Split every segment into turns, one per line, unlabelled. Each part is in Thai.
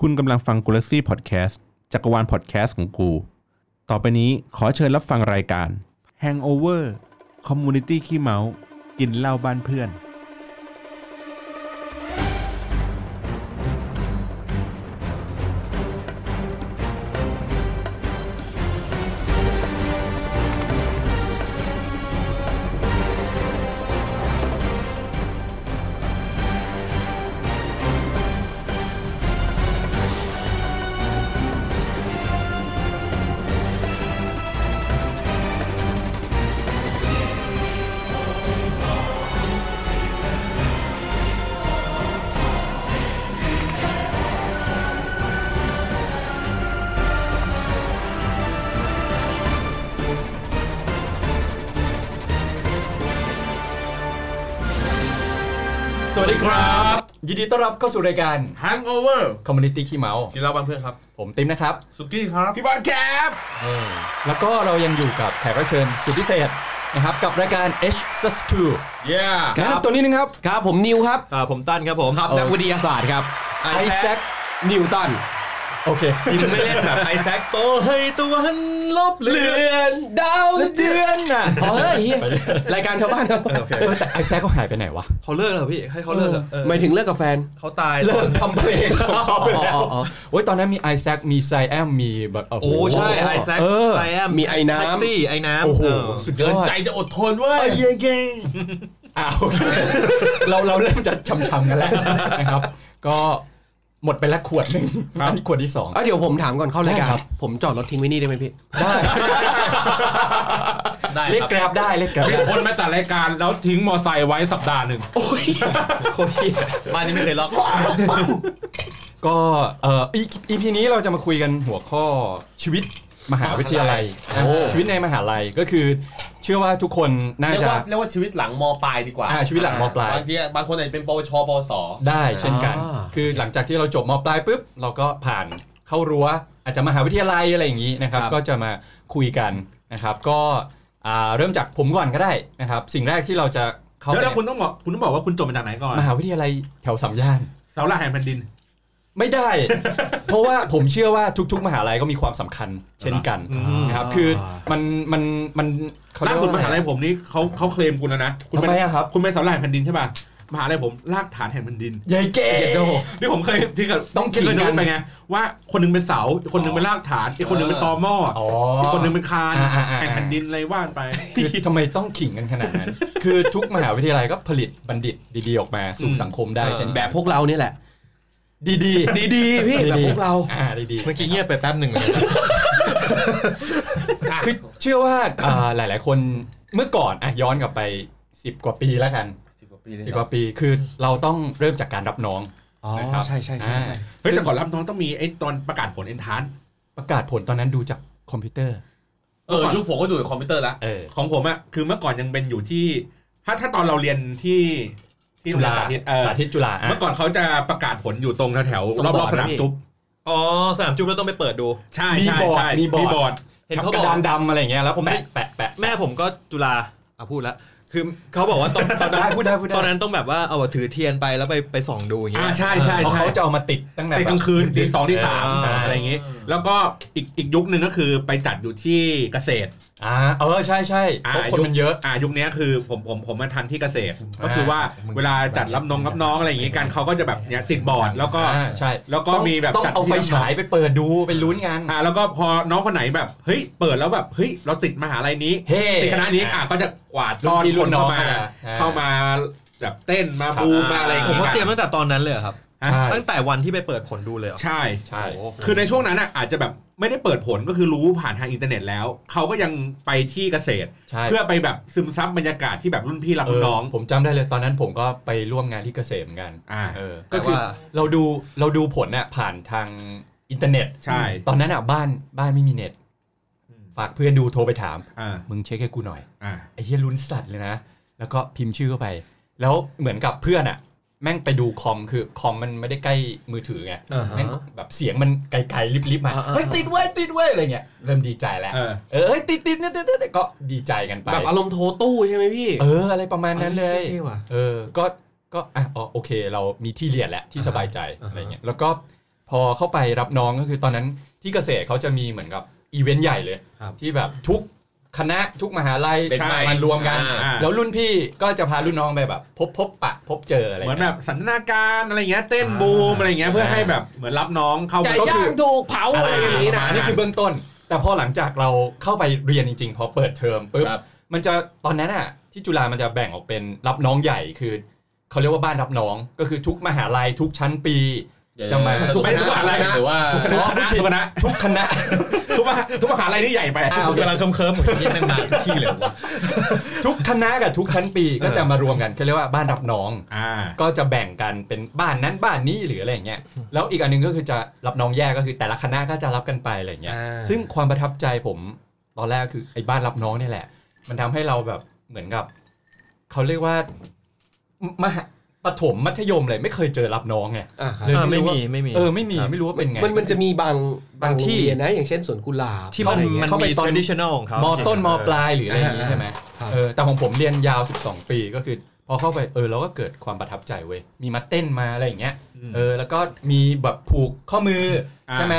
คุณกำลังฟังกูลักซี่พอดแคสต์จักรวาลพอดแคสต์ของกู ต่อไปนี้ขอเชิญรับฟังรายการ Hangover Community ขี้เมา กินเหล้าบ้านเพื่อน
สวัสดีครับ ยินดีต้อนรับเข้าสู่รายการ
Hangover
Community ขี้เมา
กินเหล้าบ้านเพื่อนครับ
ผมติ๊มนะครับ
สุกี้ครับ
พี่บอลแคปแล้วก็เรายังอยู่กับแขกรับเชิญสุดพิเศษนะครับ กับรายการ H s u s 2
เย้
แนะนำตัวนี้นึงครับ
ครับผมนิวครับ
อ่าผมตั้นครับผม
ครับนักวิทยาศาสตร์ครับ
ไอแซค
นิวตัน
โอเค
ยิงไม่เล่นแบบไอแซคโตเฮ้ยตะวันลบเหลือ
อนดาว
เดือนน่ะ
อ๋อเฮ้ยรายการชาวบ้านครับ
โอเค
เออแต่ไอแซคเขาหายไปไหนวะ
เขาเลิกแล้วพี่ให้เขาเลิกแล้วเออ
หมายถึงเลิกกับแฟน
เขาตาย
เลิก
ตอน
ทำเพลงของเขาไปแล้ว
อ๋ออ๋อ
โอ้ยตอนนั้นมีไอแซคมีไซแอมมีแบบ
โอ้ใช่ไอแซค
เออ
ไซแอม
มีไอ้น้ำ
แท็กซี่ไอ้น้ำ
โอ้โหสุดย
เเกิ
อน ด
ใจจะอดทนเว้ย
อ้าวโอเค เราเราเริ่มจะช้ำๆกันแล้ว นะครับ ก็หมดไปแล้วขวดหนึ่งอันนี้ขวดที่สอง
เอาเดี๋ยวผมถามก่อนเข้ารายการ
ได้ครับ
ผมจอดรถทิ้งไว้นี่ได้ไหมพี่
ได้
ได้
เรียก
ครับ
แกร็บได้เรียกแกร็บได้
คนมาจัดรายการแล้วทิ้งมอไซค์ไว้สัปดาห์หนึ่ง
โคตรเหี้ย
บ้านนี้ไม่เคยล็อก
ก็เอ่ออีอีพีนี้เราจะมาคุยกันหัวข้อชีวิตมหาวิทยาลัยนะชีวิตในมหาลัยก็คือ เชื่อว่าทุกคนน่า
เรียก
จะ
ว่าเรียกว่าชีวิตหลังมปลายดีกว่า
อ่าชีวิตหลังมปลาย
บางทีบางคนอาจจะเป็นปวชปวส
ได้เช่นกัน
อ่า
คือหลังจากที่เราจบมปลายปุ๊บ เราก็ผ่านเข้ารั้ว อาจจะมหาวิทยาลัยอะไรอย่างนี้นะครับ ก็จะมาคุยกันนะครับ ก็อ่าเริ่มจากผมก่อนก็ได้นะครับ สิ่งแรกที่เราจะเข้า
เดี๋ยวนะ
ไป
คุณต้องบอกคุณต้องบอกว่าคุณจบมาจากไหนก่อน
มหาวิทยาลัยแถวสามย่าน
เสาหลักแห่งแผ่นดิน
ไม่ได้ เพราะว่าผมเชื่อว่าทุก ๆ มหาลัยก็มีความสำคัญเช่นกันนะครับ คือมันมันมันเข
ล่า
เรีก
สุด
ว่
ม
อะ
หา
ไร
ลัยผมนี่เขาเขาเคลมคุณแล้วนะณเป็น
ทำไมอะครับ
คุณเป็นเสาหลักแห่งแผ่นดินใช่ป่ะมหาลัยผมรากฐานแห่งแผ่นดิน
ยายเก๋
นี่ผมเคยที่กับ
ต้อง
ที่เคย
ขิง
โด
กัน
นไปไงว่าคนหนึงเป็นเสาอีกคนหนึงเป็นรากฐานอีกคนหนึงเป็นตอหม้อ
อ๋อ
อีกคนหนึงเป็นคาน
อ่าอ่าอ่า
แห่งแผ่นดินอะไรว่านไป
คือทำไมต้องขิงกันขนาดนั้น คือทุกมหาวิทยาลัยก็ผลิตบัณฑิตดีๆ ออกมาสู่
อืม
สังคมได้เช่น
แบบพวกเรานี่แหละ
ดีดี
ดีดีๆพี่แบบพวกเรา
อ่าดี
เมื่อกี้เงียบไปแป๊บหนึ่งเลย
ๆคือเชื่อว่าอ่าหลายๆ คนเมื่อก่อนอ่ะย้อนกลับไป 10 กว่าปีแล้วกัน
สิบกว่าปีเลย
สิบกว่าปีคือเราต้องเริ่มจากการรับน้อง
อ๋อ
นะครับ
ใช่ใช่ใช่
อ่า
ใช่
เฮ้ยแต่ก่อนรับน้องต้องมีไอ้ตอนประกาศผลเอนทาน
ประกาศผลตอนนั้นดูจากคอมพิวเตอร์
เออยุคผมก็ดูดคอมพิวเตอร์ละ
เออ
ของผมอะคือเมื่อก่อนยังเป็นอยู่ที่ ถ้าถ้าตอนเราเรียนที่ที่
จุฬา
สาธิตเออ
สาธิตจุฬาะ
เมื่อก่อนเขาจะประกาศผลอยู่ตรงแถวๆรอบๆสนามจุ๊บ
อ๋อสนามจุ๊บแล้วต้องไปเปิดดู
ใช่
มี
ใช่
บอร์ด
ใช่
มี
มี
บอ
บอร์
ร์ด
ด
เห็น
กับ
เขา
ก
บอ
ระ
ก
ดานดำอะไรอย่างเงี้ยแล้ว
ผมไม่
แปะแปะแปะ
แม่ผมก็จุฬาอ่ะพูดละคือเขาบอกว่าตอนตอนนั้
ได้
น
พูดได้พูดได้
ตอนนั้นต้องแบบว่าเอาถือเทียนไปแล้วไปไปส่องดูอย่างเงี้
อ่าย ใช่ใช่
เพราะ
ใช่
เขาจะเอามาติดตั้งแต่
ตีกลางคืนตีสองตีสาม
อ่า
อะไรอย่างงี้ แล้วก็อีกอีกยุคหนึ่งก็คือไปจัดอยู่ที่เกษตร
อ่าเออใช่ใช่
อ่า
เพราะคน
ยุค
มันเยอะ
อ่ายุคนี้คือผมผมผมมาทันที่เกษตร
อ่า
ก็คือว่าเวลาจัดรับน้องรับน้องอะไรอย่างงี้กันเขาก็จะแบบเนี้ยติดบอร์ดแล้วก็
อ่าใช่
แล้วก็
ต้อง
มีแบบ
ต้อง
จัด
เอาไฟ
ที่รับน้อง
ฉายไปเปิดดูไปลุ้นกัน
อ่าแล้วก็พอน้องคนไหนแบบเฮ้ยเปิดแล้วแบบเฮ้ยเราติดมหาลัยนี้
เฮ้
ติดคณะนี้อ่าก็จะกวาดต้อนคนเข้ามาเข้ามาแบบเต้นมาบูมมาอะไรอย่าง
ผม
เงี้
เขา
ย
เตรียมตั้งแต่ตอนนั้นเลยเหรอครับ
ใช่
ตั้งแต่วันที่ไปเปิดผลดูเลยเหรอ
ใช่
ใช่
โอ้โห
คือในช่วงนั้นอ่ะอาจจะแบบไม่ได้เปิดผลก็คือรู้ผ่านทางอินเทอร์เน็ตแล้ว เขาก็ยังไปที่เกษตร
ใช่
เพื่อไปแบบซึมซับบรรยากาศที่แบบรุ่นพี่รับรุ่นน้อง
เผมจำได้เลยตอนนั้นผมก็ไปร่วมงานที่เกษตรเหมือนกัน
อ่า
เออ
แต่
ก็คือ
ว่า
เราดูเราดูผลเนี่ยผ่านทางอินเทอร์เน็ต
ใช่
ตอนนั้นอ่ะบ้านบ้านไม่มีเน็ต ฝากเพื่อนดูโทรไปถาม
อ่า
มึงเช็คให้กูหน่อย
อ่า
ไอ้เฮียลุ้นสัตว์เลยนะ แล้วก็พิมพ์ชื่อเข้าไป แล้วเหมือนกับเพื่อนอะแม่งไปดูคอมคือคอมมันไม่ได้ใกล้มือถือไง
อ่าฮะ
แม่งแบบเสียงมันไกลๆลิบๆมา
อ่าๆ
เฮ้ยติดเว้ยติดเว้ยอะไรเงี้ยเริ่มดีใจแล้ว
เออ
เออเฮ้ยติดติดเนี่ยติดติดก็ดีใจกันไป
แบบอารมณ์โทรตู้ใช่ไหมพี่
เอออะไรประมาณนั้นเลย
เออเท่ว่ะ
เออก็ก็อ่ะอ๋อโอเค เรามีที่เรียนแล้วที่สบายใจ
อ่าฮะ
อะไรเงี้ยแล้วก็ พอเข้าไปรับน้องก็คือตอนนั้นที่เกษตรเขาจะมีเหมือนกับอีเวนต์ใหญ่เลย
ครับ
ที่แบบทุกคณะทุกมหาลัย
เด็กใหม่
มารวมกัน
อ่า
แล้วรุ่นพี่ก็จะพารุ่นน้องไปแบบ พบพบปะ พบเจออะไร
เหมือน
งี้
แบ
ย
บสันทนาการอะไรเงี้ยเต้นบูมอะไรเงี้ยเพื่อให้แบบเหมือนรับน้องเข้า
ไก่
ก็
ย่า
คือง
ถูกเผาอะไรอย่างนี้นะ
อันนี้คือเบื้องต้น แต่พอหลังจากเราเข้าไปเรียนจริง ๆ พอเปิดเทอมปุ๊บ
ครับ
มันจะตอนนั้นอ่ะที่จุฬามันจะแบ่งออกเป็นรับน้องใหญ่คือเขาเรียกว่าบ้านรับน้อง ก็คือทุกมหาลัยทุกชั้นปี จะมา
ทุกคณะ
ทุกมหาลัย
หรือว่า
ทุกคณะทุกคณะ
ทุกคณะ
ทุกมหาทุกมหาลัยนี่ใหญ่ไป
อ้าว
กำลังเคิมเคิมๆเหมือนที่นั่งนานทุกที่เลยวะ
ทุกคณะกับทุกชั้นปีก็จะมารวมกันเขาเรียกว่าบ้านรับน้อง
อ่า
ก็จะแบ่งกันเป็นบ้านนั้นบ้านนี้หรืออะไรอย่างเงี้ยแล้วอีกอันหนึงก็คือจะรับน้องแยกก็คือแต่ละคณะก็จะรับกันไปอะไรอย่างเงี้ย
อ่า
ซึ่งความประทับใจผมตอนแรกคือไอ้บ้านรับน้องเนี่ยแหละ มันทำให้เราแบบเหมือนกับเขาเรียกว่ามหาประถมมัธยมเลยไม่เคยเจอรับน้องไง
อ่าครับ
เลย
อ่าไม่
รู้ว่า
มีไม่มี
เออไม่มี
ครับ
ไม่รู้ว่าเป็นไง
มันมันจะมีบางบา
บาง งที่
ที่นะ อย่างเช่นสวนกุหลาบ
ที่มัน
อะไรอย่างเงี้ย
เข้าไปตอน
traditional ของเขา
ม
ม
อต้นมอปลายหรืออะไรอย่างงี้ใช่ไหม
ครับ
เออแต่ของผมเรียนยาว 12 ปีก็คือ พอเข้าไปเออเราก็เกิดความประทับใจเว้ยมีมาเต้นมาอะไรอย่างเงี้ย
อืม
เออแล้วก็มีแบบผูกข้อมืออา ใช่ไหม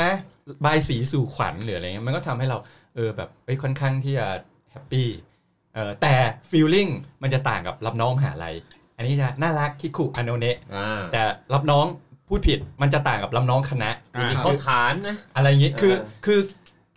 บายสีสู่ขวัญหรืออะไรเงี้ยมันก็ทำให้เราเออแบบเอ้ยค่อนข้างที่จะแฮปปี้เออแต่ฟีลลิ่งมันจะต่างกับรับน้องมหาลัยอันนี้จะน่ารักคิคุอโนเนะ
อ่า
แต่รับน้องพูดผิดมันจะต่างกับรับน้องคณะ
อ่า
เขาขานนะ
อะไรอย่างงี้คือ
เออ
คือ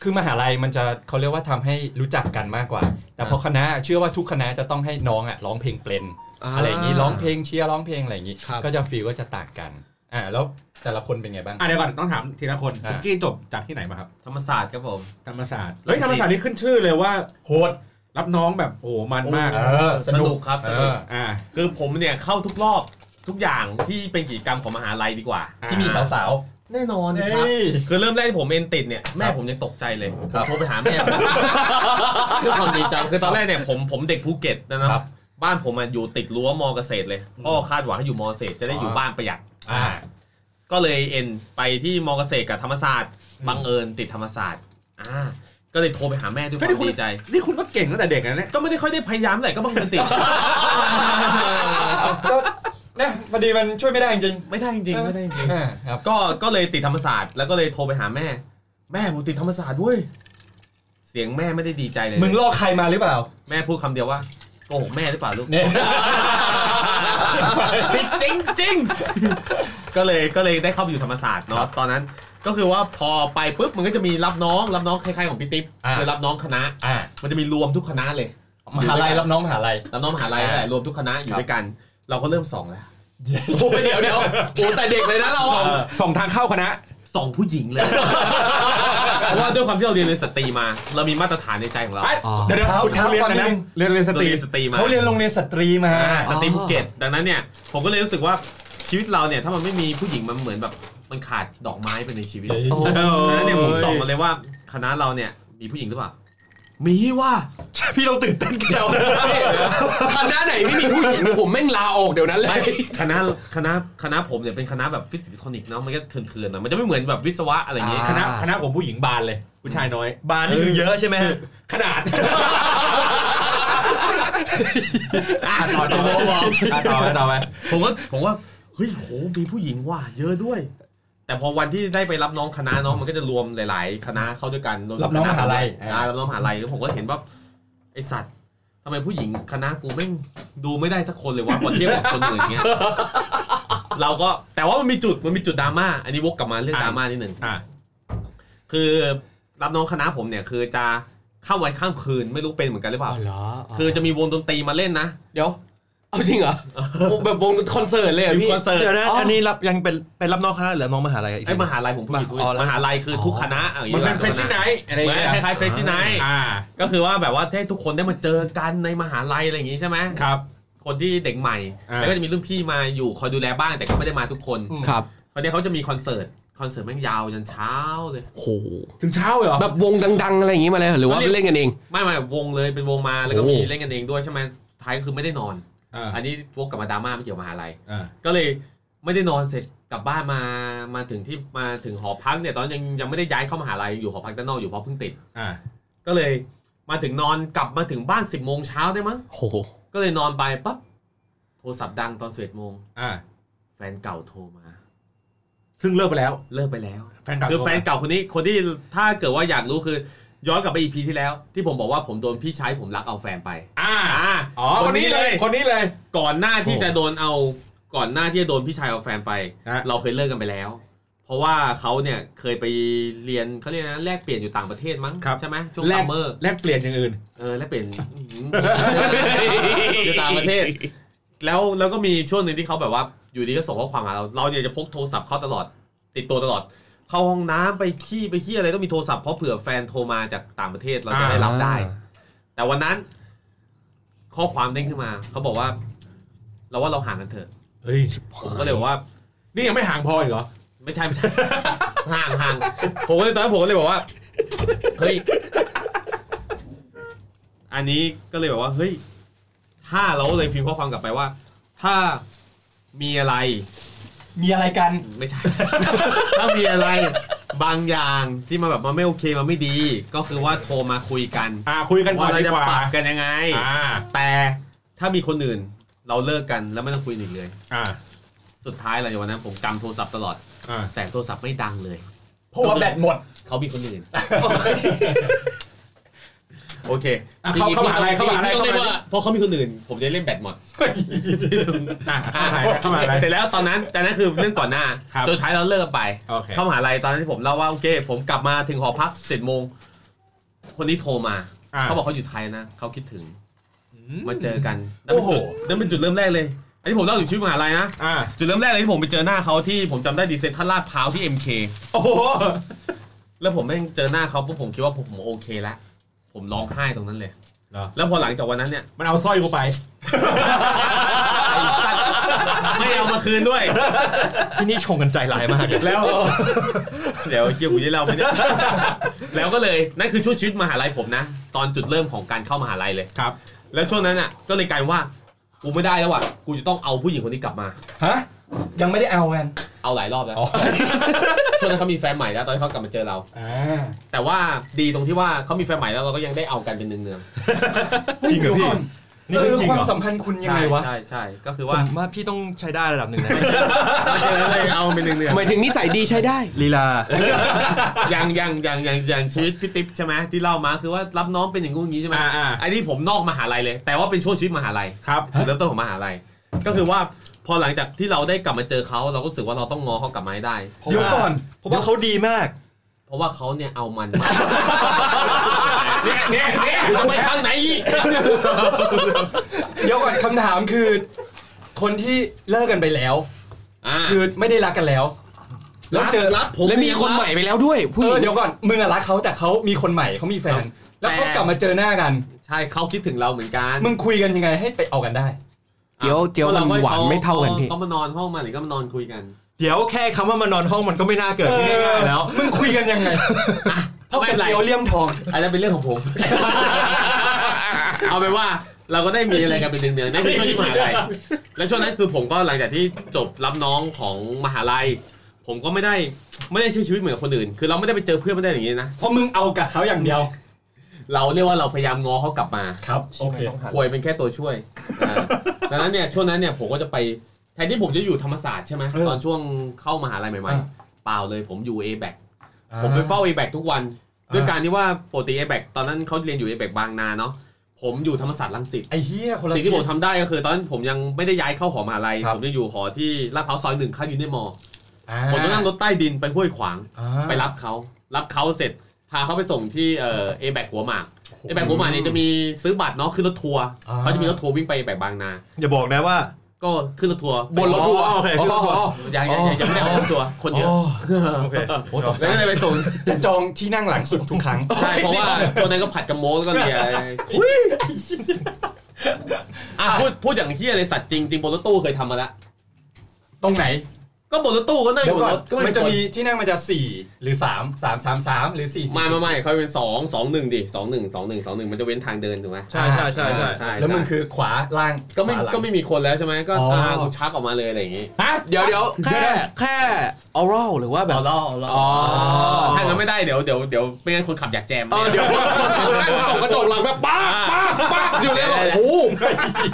คือมหาลัยมันจะเขาเรียกว่าทำให้รู้จักกันมากกว่า แต่พอคณะเชื่อว่าทุกคณะจะต้องให้น้องอ่ะร้องเพลงเป็น
อ่า
อะไรอย่างงี้ร้องเพลงเชียร์ร้องเพลงอะไรอย่างงี้
ครับ
ก็จะฟีลก็จะต่างกันอ่าแล้วแต่ละคนเป็นไงบ้าง
อ่ะเดี๋ยวก่อนต้องถามทีละคน
อ่า
สุกี้จบจากที่ไหนมาครับ
ธรรมศาสตร์ครับผม
ธรรมศาสตร์เฮ้ยธรรมศาสตร์นี่ขึ้นชื่อเลยว่าโหดรับน้องแบบโอ้โหมันมาก
เออส
สนุ
นุก
กครับ
เอ
สนุก
อ
อ่า
คือผมเนี่ยเข้าทุกรอบทุกอย่างที่เป็นกิจกรรมของมหาลัยดีกว่า
อ่า
ที่มีสาว
แน่นอน
ๆ
ครับ
เอ้ย
คือเริ่มแรกที่ผมเอนติดเนี่ย แม่ผมยังตกใจเลยผมโทรไปหาแม่ผมด้วยความดีใจคือตอนแรกเนี่ยผมผมเด็กภูเก็ตนะ
ค
ค
รั
รับบ บ้านผมอะอยู่ติดรั้วมอเกษตรเลยพ่อคาดหวังให้อยู่มอเกษตรจะได้อยู่
อ๋อ
บ้านประหยัด
อ่า
ก็เลยเอ็นไปที่มอเกษตรกับธรรมศาสตร์บังเอิญติดธรรมศาสตร์อ่าก็เลยโทรไปหาแม่ด้วยค
เฮ้ยว
า
นี่
ม
คุณ
ดีใจ
นี่คุณก็เก่งตั้งแต่เด็กนะเนี่ย
ก็ไม่ได้ค่อยได้พยายามแต่ก็บังเอิญติด
ก็เนี่ยพอดีมันช่วยไม่ได้จริง
ไม่ได้จริงๆไม่ได้จริงๆ
อ่าครับ
ก็ก็เลยติดธรรมศาสตร์แล้วก็เลยโทรไปหาแม่ แม่ผมติดธรรมศาสตร์ด้วย เสียงแม่ไม่ได้ดีใจเลย
มึงลอกใครมาหรือเปล่า
แม่พูดคำเดียวว่าโกหกแม่หรือเปล่าลูก
เนี่ย
ติดจริงจริงก็เลยก็เลยได้เข้าไปอยู่ธรรมศาสตร์เนาะตอนนั้น ก็คือว่าพอไปปุ๊บมันก็จะมีรับน้องรับน้องคล้ายๆของพี่ติ๊บ
อ่า
คือรับน้องคณะ
อ่า
มันจะมีรวมทุกคณะเลย
มหาลัยรับน้องมหาลัย
รับน้องมหาลัยนั่นแหละรวมทุกคณะอยู่ด้วยกัน เราก็เริ่มสองแล้ว
โอ้ยเดี๋ยวเดี๋ยวโอ้แต่เด็กเลยนะเรา
ส
อะ
อง
ส่งทางเข้าคณะ
สองผู้หญิงเลย เพราะว่าด้วยความที่เราเรียนในสตรีมา เรามีมาตรฐานในใจของเรา
เดี๋ยวเดี๋ยว
เท้า
คุณเรียนอะไร
เท้าความนิดนึ
นะ
ง
เรียนเรียนส
เรา
ตรี
เรียนสตรีมา
เขาเรียนโรงเรียนสตรีมา
อ่าสตรีภูเก็ตดังนั้นเนี่ย ผมก็เลยรู้สึกว่าชีวิตเราเนี่ย ถ้ามันไม่มีผู้หญิงมันเหมือนแบบมันขาดดอกไม้ไปในชีวิต
โอ้
ดังนั้นเนี่ยผมส่องมาเลยว่าคณะเราเนี่ยมีผู้หญิงหรือเปล่า มีว่า
พี่เราตื่นเต้นกัน
เดี๋ยวคณะไหนไม่มีผู้หญิงเนี่ยผมแม่งลาออกเดี๋ยวนั้นเล
ไม่
ย
คณะคณะคณะผมเนี่ยเป็นคณะแบบฟิสิกส์อิเล็กทรอนิกส์เนาะ มันก็เถื่อนๆหนะมันจะไม่เหมือนแบบวิศวะอะไรอย่างเงี้ย
อ่า
คณะคณะผมผู้หญิงบานเลยผู้ชายน้อย
บานนี่คือเยอะใช่ไหม
ขนาด
อ่าต่อต่อต่อต่อ
ต่อไปต่อไป
ผมก็ผมว่าเฮ้ยโหมีผู้หญิงว่ะเยอะด้วย แต่พอวันที่ได้ไปรับน้องคณะเน้องมันก็จะรวมหลาย ๆ คณะเข้าด้วยกันวถึ
รับน้อง
คณะ
มหาลัย
อ่ารับน้องมหาลัยแล้วผมก็เห็นว่าไอสัตว์ทำไมผู้หญิงคณะกูไม่งดูไม่ได้สักคนเลยว่าพอเทียบกับคนอื่น เงี้ยเราก็แต่ว่ามันมีจุดมันมีจุดดราม่าอันนี้วกกลับมาเรื่องดราม่านิดหนึ่ง
อ่ะ
คือรับน้องคณะผมเนี่ยคือจะข้ามวันข้ามคืนไม่รู้เป็นเหมือนกันหรือเป
อ๋
ล่า
อเหรอ
คือจะมีวงดนตรีมาเล่นนะ
เดี๋ยว เอาจริงเหรอแบบวงคอนเสิร์ตเลยเหรอพี่
คอนเสิร์ต
เดี๋ยวนะ
อ๋ออั
อันนี้รับยังเป็นเป็นรับน้องคณะหรือน้องมหาลัยอีก
ไอ้ย
ที
มหาลัยผมผู้หญิงผู้หญิ
อ๋อง แล้ว
มหาลัยคือทุกคณะอย่าง
มัน
งี้
เป็นเฟรชชี่ไนท์อะไรอ
เห
ย่า
มื
ง
อน
เงี้ย
คล้ายๆเฟรชชี่ไนท์
อ่า
ก็คือว่าแบบว่าให้ทุกคนได้มาเจอกันในมหาลัยอะไรอย่างงี้ใช่ไหม
ครับ
คนที่เด็กใหม่
อ่า
แล้วก็จะมีรุ่นพี่มาอยู่คอยดูแลบ้างแต่ก็ไม่ได้มาทุกคน
ครับ
วันนี้เขาจะมีคอนเสิร์ตคอนเสิร์ตแม่งยาวยันเช้าเลย
โห
ถึงเช้าเหรอ
แบบวงดัง ๆ อะไรอย่างงี้มาเลยเหรอหรือว่าเล่นกันเอง
ไม่ไม่วงเลยเป็นวงมาแล้วก็มี
โอ้
เล่นกันเองด้วยใช่ไหมท้ายก็คือไม่ได้นอน อันนี้วกกลับมาดราม่าไม่เกี่ยวมหาลัย
อ่า
ก็เลยไม่ได้นอนเสร็จกลับบ้านมามาถึงที่มาถึงหอพักเนี่ยตอนยังยังไม่ได้ย้ายเข้ามหาลัยอยู่หอพักด้านนอกอยู่เพราะเพิ่งติด
อ่า
ก็เลยมาถึงนอนกลับมาถึงบ้าน 10บโมงเช้าได้มั้ง
โห
ก็เลยนอนไปปั๊บโทรศัพท์ดังตอนสิบเอ็ดโมง
อ่า
แฟนเก่าโทรมา
ซึ่งเลิกไปแล้ว
เลิกไปแล้ว
แฟนเก่า
คือ
โทรมา
แฟนเก่าคนนี้คนที่ถ้าเกิดว่าอยากรู้คือย้อนกลับไปอีพีที่แล้ว ที่ผมบอกว่าผมโดนพี่ชายผมรักเอาแฟนไป
อ่า
อ่า
อ๋อคนนี้เลยคนนี้เลย
ก่อนหน้าที่
โอ้
จะโดนเอาก่อนหน้าที่จะโดนพี่ชายเอาแฟนไป
ฮะ
เราเคยเลิกกันไปแล้ว เพราะว่าเขาเนี่ยเคยไปเรียนเขาเรียกนะแลกเปลี่ยนอยู่ต่างประเทศมั้งใช่ไหมช่วง
แล
ซั
ก
มเมอร์
แลกเปลี่ยนอย่างอื่น
เออแลกเปลี่ยน อยู่ต่างประเทศ แล้วแล้วก็มีช่วงหนึ่งที่เขาแบบว่าอยู่ดีก็ส่งข้อความหาเราเราเนี่ยจะพกโทรศัพท์เข้าตลอด ติดตัวตลอด เข้าห้องน้ำไปขี้ไปขี้อะไรต้องมีโทรศัพท์เพราะเผื่อแฟนโทรมาจากต่างประเทศเราจะได้รับได้ แต่วันนั้น ข้อความเด้งขึ้นมา เขาบอกว่า เราว่าเราห่างกันเถอะ
เฮ้ย
ผมก็เลยบอกว่า
นี่ยังไม่ห่างพออีกเหรอ
ไม่ใช่ไม่ใช่ ห่างห่างผมก็เลยตอนนั้นผมก็เลยบอกว่าเฮ้ยอันนี้ก็เลยแบบว่าเฮ้ยถ้าเราก็เลยพิมพ์ข้อความกลับไปว่า ถ้ามีอะไร
มีอะไรกัน
ไม่ใช่ ถ้ามีอะไรบางอย่างที่มาแบบมาไม่โอเคมาไม่ดี ก็คือว่าโทรมาคุยกัน
อ่า คุยกันก่อ
ว่าน เรา
ดี
จะ
กว่า
ปรับกันยังไง
อ่า
แต่ถ้ามีคนอื่น เราเลิกกันแล้วไม่ต้องคุยอีกเลย
อ่า
สุดท้ายหลังจากวันนั้นผมกำโทรศัพท์ตลอด
อ่า
แต่โทรศัพท์ไม่ดังเลย
เพราะว่าแบตหมด
เขามีคนอื่น โอเค
อ่ะเขาเข้ามาอะไรเข้ามาอะไร
ต้อ
เข้าง
เรียก
มา
ว่าเพราะเขามีคนอื่น ผมจะเล่นแบตหมด
อ่ะเข้ามาอะไรเข้ามาอะไร
เสร็จแล้วตอนนั้น แต่นั่นคือเรื่องก่อนหน้า
ครับ
จนท้ายเราเลิกกันไป
โอเค
เข้ามหาลัยตอนนั้นที่ผมเล่าว่าโอเค ผมกลับมาถึงหอพักเจ็ดโมง คนนี้โทรมา
อ่ะ
เขาบอกเขาอยู่ไทยนะเขาคิดถึง
อื
มาเจอกัน
โอ้โห
นั่นเป็นจุดนั่นเป็นจุดเริ่มแรกเลย อันนี้ผมเล่าถึงชีวิตมหาลัยนะ
อ่า
จุดเริ่มแรกเลยที่ผมไปเจอหน้าเขาที่ผมจำได้ดีเซนทรัลลาดพร้าวที่ MK
โอ้โห
แล้วผมแม่งเจอหน้าเขาปุ๊บผมคิดว่าผมโอเคแล้วผมร้องไห้ตรงนั้นเลย
เหรอ
แล้วพอหลังจากวันนั้นเนี่ย
มันเอาสร้อยกูไป
ไอ้สัตว์ไม่เอามาคืนด้วย
ที่นี่ชงกันใจร้ายมากเลย
แล้ว เดี๋ยวเกี่ยวกูจะเล่าไหมเนี่ยแล้วก็เลยนั่นคือช่วงชีวิตมหาลัยผมนะ ตอนจุดเริ่มของการเข้ามหาลัยเลย
ครับ
แล้วช่วงนั้นอ่ะ ก็เลยกลายเป็นว่ากูไม่ได้แล้วอ่ะกูจะต้องเอาผู้หญิงคนนี้กลับมา
ฮะ ยังไม่ได้เอาแวน
เอาหลายรอบแล้วช่วงนั้นเขามีแฟนใหม่แล้วตอนที่เขากลับมาเจอเรา
อ่า
แต่ว่าดีตรงที่ว่าเขามีแฟนใหม่แล้วเราก็ยังได้เอากันเป็นเนือง
จริงเหรอพี่ นี่
เอ
เรื่
อ
องจริง
ควา
เหร
ม
อ
สัมพันธ์คุณ
ๆ
ยังไงวะ
ใช่ใช่ใช่ก็คือ
ผ
ว่าม
ว่าพี่ต้องใช้ได้ระดับหนึ่งนะ
เราเลยเอาเป็นเนืองๆ
หมายถึงนิสัยดีใช้ได้
ลีลา
อย่างอย่างอย่างอย่างอย่างชีวิตพี่ติ๊บใช่ไหมที่เล่ามาคือว่ารับน้องเป็นอย่างงู้อย่างงี้ใช่ไหม
อ่าอ่า
ไอ้นี่ผมนอกมหาลัยเลย แต่ว่าเป็นช่วงชีวิตมหาลัย
ครับ
จุดเริ่มต้นของมหาลัย ก็คือว่าพอหลังจากที่เราได้กลับมาเจอเขาเราก็รู้สึกว่าเราต้องงอเขากลับมาให้ได้
เพราะ
เดี๋ยว
ว่า
ก่อน
เพราะว่าเขาดีมาก
เพราะว่าเขาเนี่ยเอามันมาก
เนี่ยเนี่ยเนี่ย
กูจะไปทางไหนอีก
เดี๋ยวก่อนคำถามคือ คนที่เลิกกันไปแล้ว
อ่า
คือไม่ได้รักกันแล้ว แล้วเจอ
รักผม
และมีคนใหม่ไปแล้วด้วยผู้
เอ
หญิ
อง เดี๋ยวก่อนมึงอะรักเขาแต่เขามีคนใหม่เขามีแฟน แล้วเขากลับมาเจอหน้ากัน
ใช่เขาคิดถึงเราเหมือนกัน
มึงคุยกันยังไงให้ไปเอากันได้
เจียวเจียวมันหวานไม่เท่ากันพี่
เขามานอนห้องมาหรือก็มานอนคุยกัน
เดี๋ยวแค่คำว่ามานอนห้องมันก็ไม่น่าเกิดขึ้นง่ายๆแล้ว
มึงคุยกันยังไงเท่ากับเจียวเลี่ยมทอง
อันนั้นเป็นเรื่อง ของผม เอาเป็นว่าเราก็ได้มีอะไรกันเป็นเดือนๆนั่นคือช่วงที่มหาลัย แล้วช่วงนั้นคือผมก็หลังจากที่จบรับน้องของมหาลัย ผมก็ไม่ได้ไม่ได้ใช้ชีวิตเหมือนกับคนอื่น คือเราไม่ได้ไปเจอเพื่อนไม่ได้อย่างนี้นะ
เพราะมึงเอากับเขาอย่างเดียว
เราเรียกว่าเราพยายามง้อเขากลับมา
ครับ โอเค
ควยเป็นแค่ตัวช่วยอ่าดังนั้นเนี่ยช่วงนั้นเนี่ยผมก็จะไปแทนที่ผมจะอยู่ธรรมศาสตร์ใช่ไหม
เออ
ตอนช่วงเข้ามหาลัยใหม่
อ่า
ๆ เปล่าเลยผมอยู่ A b a c ผมไปเฝ้า A b a c ทุกวัน ด้วยการที่ว่าปกติ A b a c ตอนนั้นเขาเรียนอยู่ A b a c บางนาเนาะผมอยู่ธรรมศาสตร์รังสิต
ไอ้เฮียคนละ
สิ่งที่ผมทำได้ก็คือ ตอนนั้นผมยังไม่ได้ย้ายเข้าหอมหาลัย
ครับ
ผมยังอยู่หอที่ลาดพร้าวซอยหนึ่งข้างยูนิมอล
อ่า
ผมต้องนั่งรถใต้ดินไปห้วยขวาง
อ่า
ไปรับเขารับเขาเสร็จพาเขาไปส่งที่เอ่อเอแบกหัวหมากเอแบกหัวหมากเนี่ยจะมีซื้อบัตรเนาะขึ้นรถทัวร์
อ่า
เขาจะมีรถทัวร์วิ่งไปแบกบางนา
อย่าบอกนะว่า
ก็ขึ้นรถทัวร์
บนรถทัวร์
อ๋อโอเคขึ้นรถทัวร์
ยังยังยังยังไม่ได้เอารถทัวร์คนเยอะ
โอเค
แล้วก็เลยไปส่ง
จะจองที่นั่งหลังสุดทุกค รั้ง
ใช่เพราะว่าคนนั้นก็ผัดกับโมแล้วก็เลียอ่ะพูดพูดอย่างที่อะไรสัตว์จริงจริงบนรถตู้เคยทำมาแล้ว
ตรงไหน
ก็บนรถตู้ก็นั่งอ
เดี๋ยว
ยู่บ
ก่อนน
รถก็
มั
ไม่
น
จะ
จะ
มี
มีที่นั่งมันจะ 4 หรือ 3 3 3 3 หรือ4 4
ไม่ไม่ไม่เขาเป็นสองสองหนึ่งดิสองหนึ่งสองหนึ่งสองหนึ่งมันจะเว้นทางเดินถูกไหม
ใช่ใช่ใช่ใช่
ใช่
แล้วมึง
ใช่
คือขวาล่าง
ก็ไม่
ขวาหลัง
ก็ไม่มีคนแล้วใช่ไหมก็
อ๋ออ่
ตากูชักออกมาเลยอะไรอย่างงี้
ฮะ
เดี๋ยวเดี๋ยวแค่แค่ออรัลหรือว่าแบบ
ล่อล่อ
อ๋อ
ถ้างั้นไม่ได้เดี๋ยวเดี๋ยวเดี๋ยวไม่งั้นคนขับอยากแจม
เออเดี๋ยวคนขับส่องกระจกหลังแบบป้าป้าป้าอยู่เลยแบบโอ้โห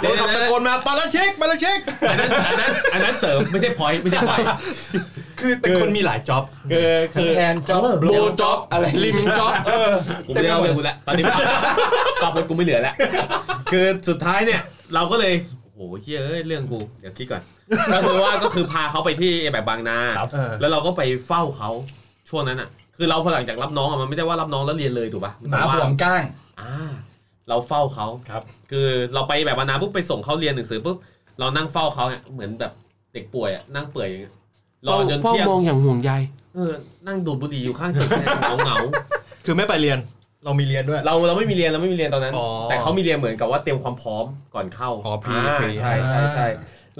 เดี๋ยว
ขับตะโกนมาปาราเช็คปาราเช็ค
อันนั้นอันนั้นอันนั้นเสริมไม่ใช่พอยต์ไม่ใช่พอยต์
คือเป็นคนมีหลายจ็อบคือคือแทนจ็อบ
โบจ็อบ
อะไร
ลิมจ็อบกูไม่ได้เอาเรื่องกูแล้วตอนนี้ ปรับรถกูไม่เหลือแล้ว คือสุดท้ายเนี่ย เราก็เลย โอ้โหเฮียเอ้ยเรื่องกู เดี๋ยวคิดก่อน ก็คือว่าก็คือพาเขาไปที่แบบบางนา
เออ
แล้วเราก็ไปเฝ้าเขาช่วงนั้นอ่ะ คือเราพอหลังจากรับน้องอะมันไม่ได้ว่ารับน้องแล้วเรียนเลยถูกปะ
หมาผวมก้าง
อ่าเราเฝ้าเขา
ครับ
คือเราไปแบบบางนาปุ๊บไปส่งเขาเรียนหนังสือปุ๊บเรานั่งเฝ้าเขาเนี่ยเหมือนแบบเด็กป่วยอะนั่งเปื่อยอย่างเงี้ยรอจน
เฝ้า
เที่ยง
มองอย่างห่วงใย
เออนั่งดูดบุหรี่อยู่ข้างตึกเนี่ยเหงาเหงาๆ
คือไม่ไปเรียน เรามีเรียนด้วย
เราเราไม่มีเรียนเราไม่มีเรียนตอนนั้น
อ๋อ
แต่เขามีเรียนเหมือนกับว่าเตรียมความพร้อมก่อนเข้า
อ๋อ pre
า
pre
ใช่ใช่ใช่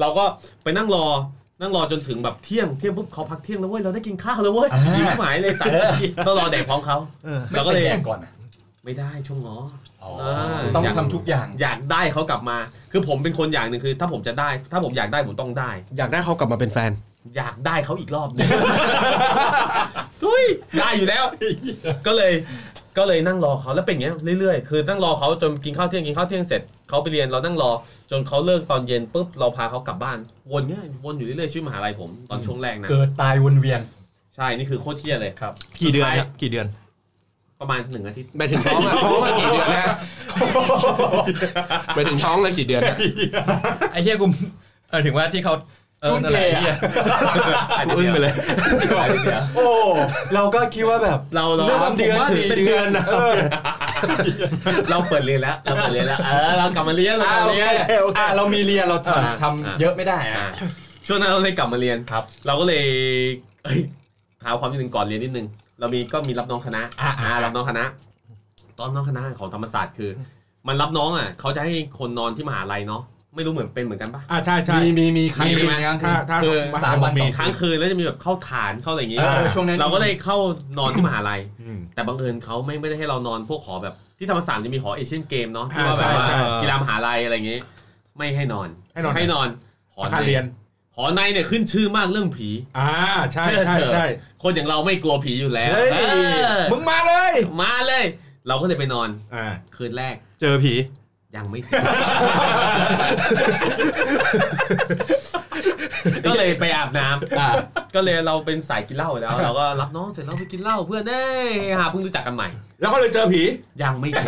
เราก็ไปนั่งรอนั่งรอจนถึงแบบเที่ยงเที่ยงปุ๊บเขาพักเที่ยงแล้วเว้ยเราได้กินข้าวแล้วเว้ยยิ้มหมายเลยสัตว์ต้องรอแดกพร้อมเขา
เออ
เราก็เลย
ไม่ไปแดก่อนอะ
ไม่ได้ช่วงง้ออา
ต้องทำทุกอย่าง
อยากได้เขากลับมา คือผมเป็นคนอย่างหนึ่งคือ ถ้าผมจะได้ ถ้าผมอยากได้ผมต้องได้
อยากได้เขากลับมาเป็นแฟน
อยากได้เขาอีกรอบหนึง ทุยได้อยู่แล้ว ก็เลยก็เลยนั่งรอเขาแล้วเป็นอย่างเงี้ยเรื่อยๆ คือนั่งรอเขาจนกินข้าวเที่ยงกินข้าวเที่ยงเสร็จเขาไปเรียนเรานั่งรอ จนเขาเลิกตอนเย็นปุ๊บเราพาเขากลับบ้าน วนเนี้ยวนอยู่เรื่อยๆชีวิตมหาลัยผมตอนช่วงแรกนะ
เกิดตายวนเวียน
ใช่นี่คือโคตรเที่ยเลยครับ
กี่เดือน
สุดท้าย
นะกี่เดือน
ประมาณหนึ่งอาทิตย์
ไปถึงท้อง อะท้องอะกี่เดือนนะไปถึงท้องเลยกี่เดือนนะ
ไอ้เหี้ยกูเออถึงว่าที่เขาเออ
ทุ่มเท
นั่นแหละไอ้เหี้ยกูอึ้งไปเลย
โอ้เราก็คิดว่าแบบ
เราเรา
ซึ่ง
เดือน
ผมว่าสี่
เป็นเดือนนะ
เราเปิดเรียนแล้วเราเปิดเรียนแล้วเออเรากลับมาเรียนเรา
อ่าก
ลับ
โอ
มา
เค
เรียน
อ่าเรามีเรียนเรา
อ่า
ทำ
อ่า
ทำเยอะไม่ได้อะ
อ่ะช่วงนั้นเราเลยกลับมาเรียน
ครับ
เราก็เลยเอ้ยท้าความนิดนึงก่อนเรียนนิดนึง เรามีก็มีรับน้องคณะ
อ่าอ่า
อ่ารับน้องคณะ ตอนรับน้องคณะของธรรมศาสตร์คือ มันรับน้องอ่ะเขาจะให้คนนอนที่มหาลัยเนาะไม่รู้เหมือนเป็นเหมือนกันปะ
อ่าใช่ใช่
มีมีมีครั้ง
มี
หนึ่ง
ไหม
ถ้าถ้า
คือ
สามวัน
มี
สองค
ค้า
รั้ง
งคืนแล้วจะมีแบบเข้าฐานเข้าอะไรอย่างงี้
เออช่วงนั้น
เราก็เลยเข้านอนที่มหาลัย แต่บังเอิญเขาไม่ไม่ได้ให้เรานอนพวกหอแบบที่ธรรมศาสตร์จะมีหอเอเชียนเกมเนาะที่ว่า
อ่า
แบบว่า
ใช่ใช่
กีฬามหาลัยอะไรอย่างงี้ ไม่ให้นอน
ให้นอน
ให้นอนหอ
อา
ใน
คารเรียน
หอในเนี่ยขึ้นชื่อมากเรื่องผี
อ่าใช่ใช่ใช่
คนอย่างเราไม่กลัวผีอยู่แล้ว
เฮ้ย
เออ
มึงมาเลย
มาเลย เราก็เลยไปนอน
อ่า
คืนแรก
เจอผี
ยังไม่ถึง ก็เลยไปอาบน้
อ่า
ำก็เลยเราเป็นสายกินเหล้าอยู่แล้ว เราก็รับน้องเสร็จแล้วไปกินเหล้าเพื่อนเอ้ยหาเพิ่งรู้จักกันใหม่
แล้วก็เลยเจอผี
ยังไม่ถึง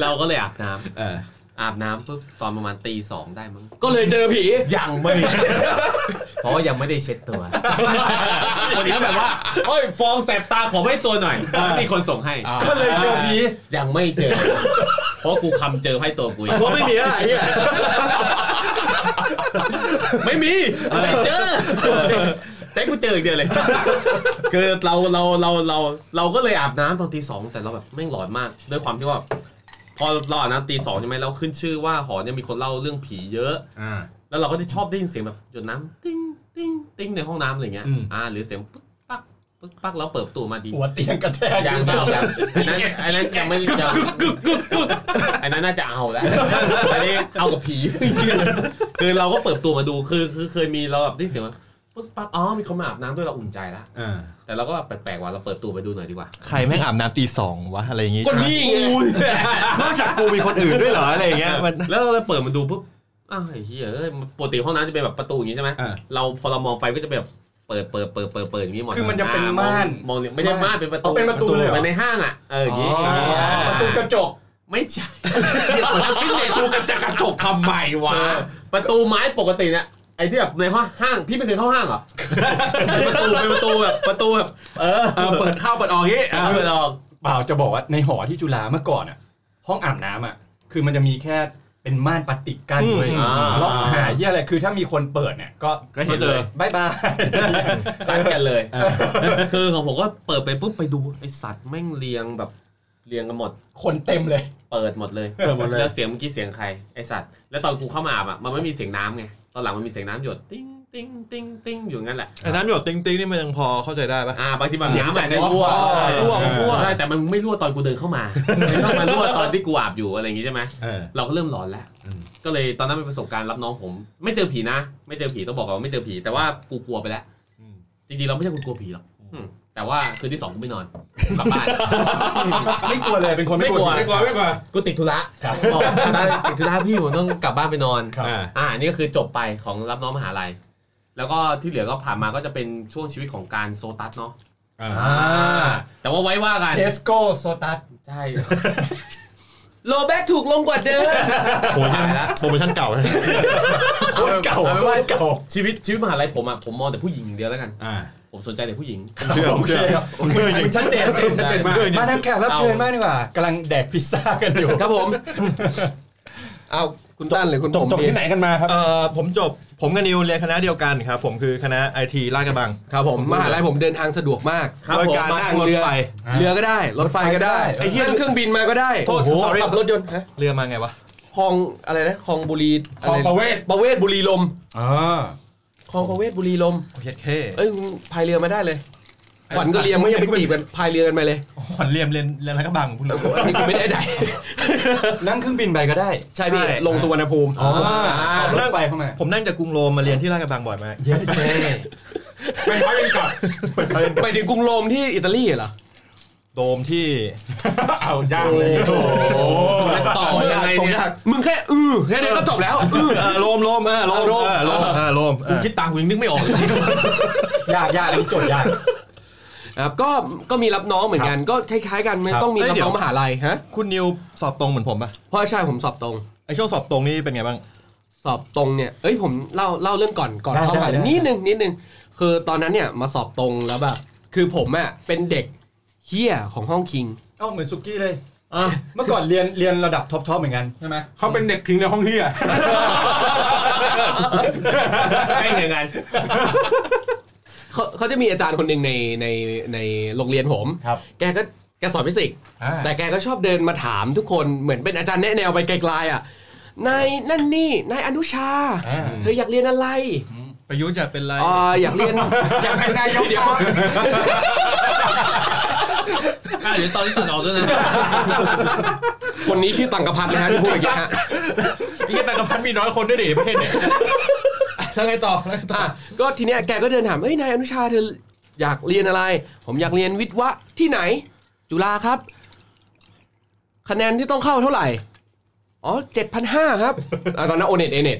เราก็เลยอาบน้ำ
เออ
อาบน้ำปุ๊บตอนประมาณตีสองได้มั้ง
ก็เลยเจอผี
ยังไม่ เพราะว่ายังไม่ได้เช็ดตัวคนนี้แบบว่าโอ้ยฟองแสบตาขอไม่ตัวหน่อยมีคนส่งให้
ก็เลยเจอผี
ยังไม่เจอ เพราะกูคำเจอให้ตัวกูอีก
เพราะไม่มีอะไรไอ้เหี้ย
ไม่มีอะไรเจอใจกูเจออีกเดียวเลย คือเราเราเราเราเราก็เลยอาบน้ำตอนตีสองแต่เราแบบแม่งหลอนมาก ด้วยความที่ว่า พอเราอาบน้ำตีสองใช่ไหมแล้วขึ้นชื่อว่าหอเนี่ยมีคนเล่าเรื่องผีเยอะ
อ่า
แล้วเราก็ได้ชอบได้ยินเสียงแบบหยดน้ำติ้งติ้งติ้งในห้องน้ำอะไรเงี้ย
อืม
อ่า หรือเสียงปึ๊กปักปึ๊กปักแล้วเปิดประตูมาดี
หัวเตียงกระแทก
ยังไม่เอายังอันนั้นอันนั้นยังไม่ยังอันนั้นน่าจะเอาแล้วอันนี้เอากับผีคือเราก็เปิดประตูมาดูคือคือเคยมีเราแบบได้ยินเสียงว่าปึ๊กปักอ๋อมีคนมาอาบน้ำด้วยเราอุ่นใจละ
อ่า
แต่เราก็แบบแปลกๆว่ะเราเปิดประตูไปดูหน่อยดีกว่า
ใครแม่งอาบน้ำตีสองวะอะไรอย่างงี้
ก็นี่ไง
นอกจากกูมีคนอื่นด้วยเหรออะไรอย่างเงี้ยมัน
แล้วเราเลยเปิดมาดูปุ๊บอ้าวไอ้เหี้ยเอ้ยปกติห้องน้ำจะเป็นแบบประตูอย่างงี้ใช่ไหม
อ่า
เราพอเรามองไปก็จะแบบเปิดเปิดเปิดเปิดเปิดอย่างนี้หมด
คือมันจะเป็น
อ่
ม่าน
มองเลยไม่ใช่ม่านเป็นประตู
เอาเป็นประตูเลยเหรอ
หมือนในห้างอ่ะเอออย่างนี้
อ๋อ
ประตูกระจก
ไม่ใช่ประตูกระจกกระจก
ทำไมวะ
วะประตูไม้ปกติเนี่ยไอ้ที่แบบในห้องห้างพี่ไม่เคยเข้าห้างเหร อ เป็นประตูเป็นประตูแบบประตูแบบเออ
เออ เปิดเข้าเปิดออกอย่างงี้
เออไปลอง
เปล่าจะบอกว่าในหอที่จุฬาเมื่อก่อนอ่ะ ห้องอาบน้ำอ่ะ คือมันจะมีแค่เป็นม่านปฏิกกั้นเลย
อืม
ล็อก
อ่า
หาเยี่ยอะไรคือถ้ามีคนเปิดเนี่ยก็
ก็เห็นเลย
บายบาย
ซัดกันเลย คือของผมก็เปิดไปปุ๊บไปดูไอสัตว์แม่งเรียงแบบเรียงกันหมด
คนเต็มเลย
เปิดหมดเลย
เปิดหมดเลย
แล้วเสียงเมื่อกี้เสียงใครไอสัตว์ แล้วตอนกูเข้ามาอาบอ่ะมันไม่มีเสียงน้ำไง ตอนหลังมันมีเสียงน้ำหยดติ้งติ้งติ้งติ้งอยู่งั้นแหละ
ไอ้น้ำหยดติ๊งติ๊งนี่มันยังพอเข้าใจได้ปะ
อ่าบางทีมันน้ำมัน
เสียงจาก
รั่ว
อ๋อ
รั่วรั่วใช่แต่มันไม่รั่วตอนกูเดินเข้ามามันต้องมารั่วตอนที่กูอาบอยู่อะไรอย่างงี้ใช่ไหม
เออ
เราก็เริ่มหลอนแล้ว ก็เลยตอนนั้นเป็นประสบการณ์รับน้องผม ไม่เจอผีนะ ไม่เจอผีต้องบอกก่อนว่าไม่เจอผี แต่ว่ากูกลัวไปแล้วจริงๆเราไม่ใช่คนกลัวผีหรอกอืมแต่ว่าคืนที่สองกู ไม่นอนกลับบ้าน
ไม่กลัวเลยเป็นคนไม่กลัว
ไม่กลัวไม่กลัว
กูติดธุระ
ครับ
บอกติดธุระติดธุระพี่ผมต้องกลับบ้านไปนอน
ครับ
อ่า นี่ก็คือจบไปของรับน้องมหาลัย แล้วก็ที่เหลือก็ผ่านมาก็จะเป็นช่วงชีวิตของการโซตัสเนาะ
อ่า
แต่ว่าไว้ว่ากัน
เทสโก้โซตัส
ใช่ โลแบกถูกลงกว่าเดิม
โปรโมชั่นโปรโมชั่นเก่า
โคตรเก่า
อป็น
โค
ว่
ตรเก่า
ชีวิตชีวิตมหาลัยผมอะผมมองแต่ผู้หญิงอย่างเดียวแล้วกัน
อ่า
ผมสนใจแต่ผู้หญิง
เชื่อผมเชื่อครับผมเชื่อจริง
ชัดเจนชัดเจนมาก
เออจริง
มาทางแขกรับเชิญมากดีกว่ากำลังแดกพิซซ่ากันอยู่
ครับผมเอาคุณตั้นหรือคุณผม
จบ
ดี
ที่ไหนกันมาครับ
เอ่อผมจบผมกับนิวเรียนคณะเดียวกันครับ ผมคือคณะไอทีลาดกระบัง
ครับผมมหาลัยผมเดินทางสะดวกมาก
โดยการ
ม
นั่
ท
ง
ง
รถ
เรือ
ไฟ
เรือก็ได้ รถไฟก็ได้
ไอ้เหี้ย
นั่งเครื่องบินมาก็ได้
โทษ sorry
ขับรถยนต์ฮะ
เรือมาไงวะ
คลองอะไรนะคลองบุรี
คลองประเวศ
ประเวศบุรีลมย์
อ๋อ
คลองประเวศบุรีลมย์
โอเคเท่
เอ้ยมึงพายเรือมาได้เลยขวัญก็เรียมก็ยังไปจีบกันพายเรือกันไปเลย
ขวัญเรียมเรียนเรียนลาดกระบังคุณรู้
อันนี้กูไม่ได้ใด
นั่งเครื่องบินไปก็ได้
ใช่พี่
ใช่
ลงสุวรรณภูมิ
อ๋อ
อ่า
ขับรถไฟเข้ามา
ผมนั่งจากกรุงโรมมาเรียนที่ลาดกระบังบ่อยมาก
เย้เจ๊
ไม่เขายังกลับ
ไปถึงกรุงโรมที่อิตาลีเหรอ
โดมที่
เอาย่างเลย
โอ้โห
ต่อยังไง
ผม
เนี่
อยยาก
มึงแค่อือแค่นี้ก็จบแล้วอือ
เออโรมโรมเออโรม
โรม
เออโรมเออโรม
คุณคิดตามคุณยังนึกไม่ออกเลย
ยากยากอันนี้โจทย์ยาก
ครับก็ก็มีรับน้องเหมือนกันก็คล้ายๆกันมัน
ครับ
ต้องมีรับน้องมหาลัยฮะ
คุณนิวสอบตรงเหมือนผมป่ะ
เพราะใช่ผมสอบตรง
ไอช่วงสอบตรงนี่เป็นไงบ้าง
สอบตรงเนี่ยเอ้ยผมเล่าเล่าเรื่องก่อนก่อน
ได้
เข้า
ได้
มหา
ได้
ลัยนิดนึงนิดนึงคือตอนนั้นเนี่ยมาสอบตรงแล้วแบบคือผมอ่ะเป็นเด็กเฮี้ยของห้องคิง
เอ้าเหมือนสุกี้เลยเมื่อก่อนเรียนเรียนระดับท็อปทอปเหมือนกันใช่ไหม
เขาเป็นเด็กทิ้งในห้องเฮีย
ไม่เหมือนกัน
เขาเขาจะมีอาจารย์คนหนึ่งในในในโรงเรียนผม
ครับ
แกก็แกสอนฟิสิกส์
อ่า
แต่แกก็ชอบเดินมาถามทุกคนเหมือนเป็นอาจารย์แนะแนวไปไกลๆอ่ะนายนั่นนี่นายอนุชา
อ่า
เธออยากเรียนอะไร
ประยุทธ์อยากเป็นอะไร
อ่าอยากเรียน
อยากเป็นนายก เดี๋ยว
อ่ะเดี๋ยวตอนนี้ตัดออกด้วยนะ
คนนี้ชื่อตังกพัฒน์นะฮะที่พูดอย่างเงี้ยฮะ
ไอ้เหี้ยแต่กระพันมีน้อยคนด้วยดิประเทศเนี่ย แล้วไงต่อแล้วไงต่อ
อ่ะก็ทีเนี้ยแกก็เดินถามเอ้ยนายอนุชาเธออยากเรียนอะไร ผมอยากเรียนวิทย์วะที่ไหน จุฬาครับ คะแนนที่ต้องเข้าเท่าไหร่ อ๋อเจ็ดพันห้าครับอ่ะตอนนั้นโอเน็ตเอเน็ต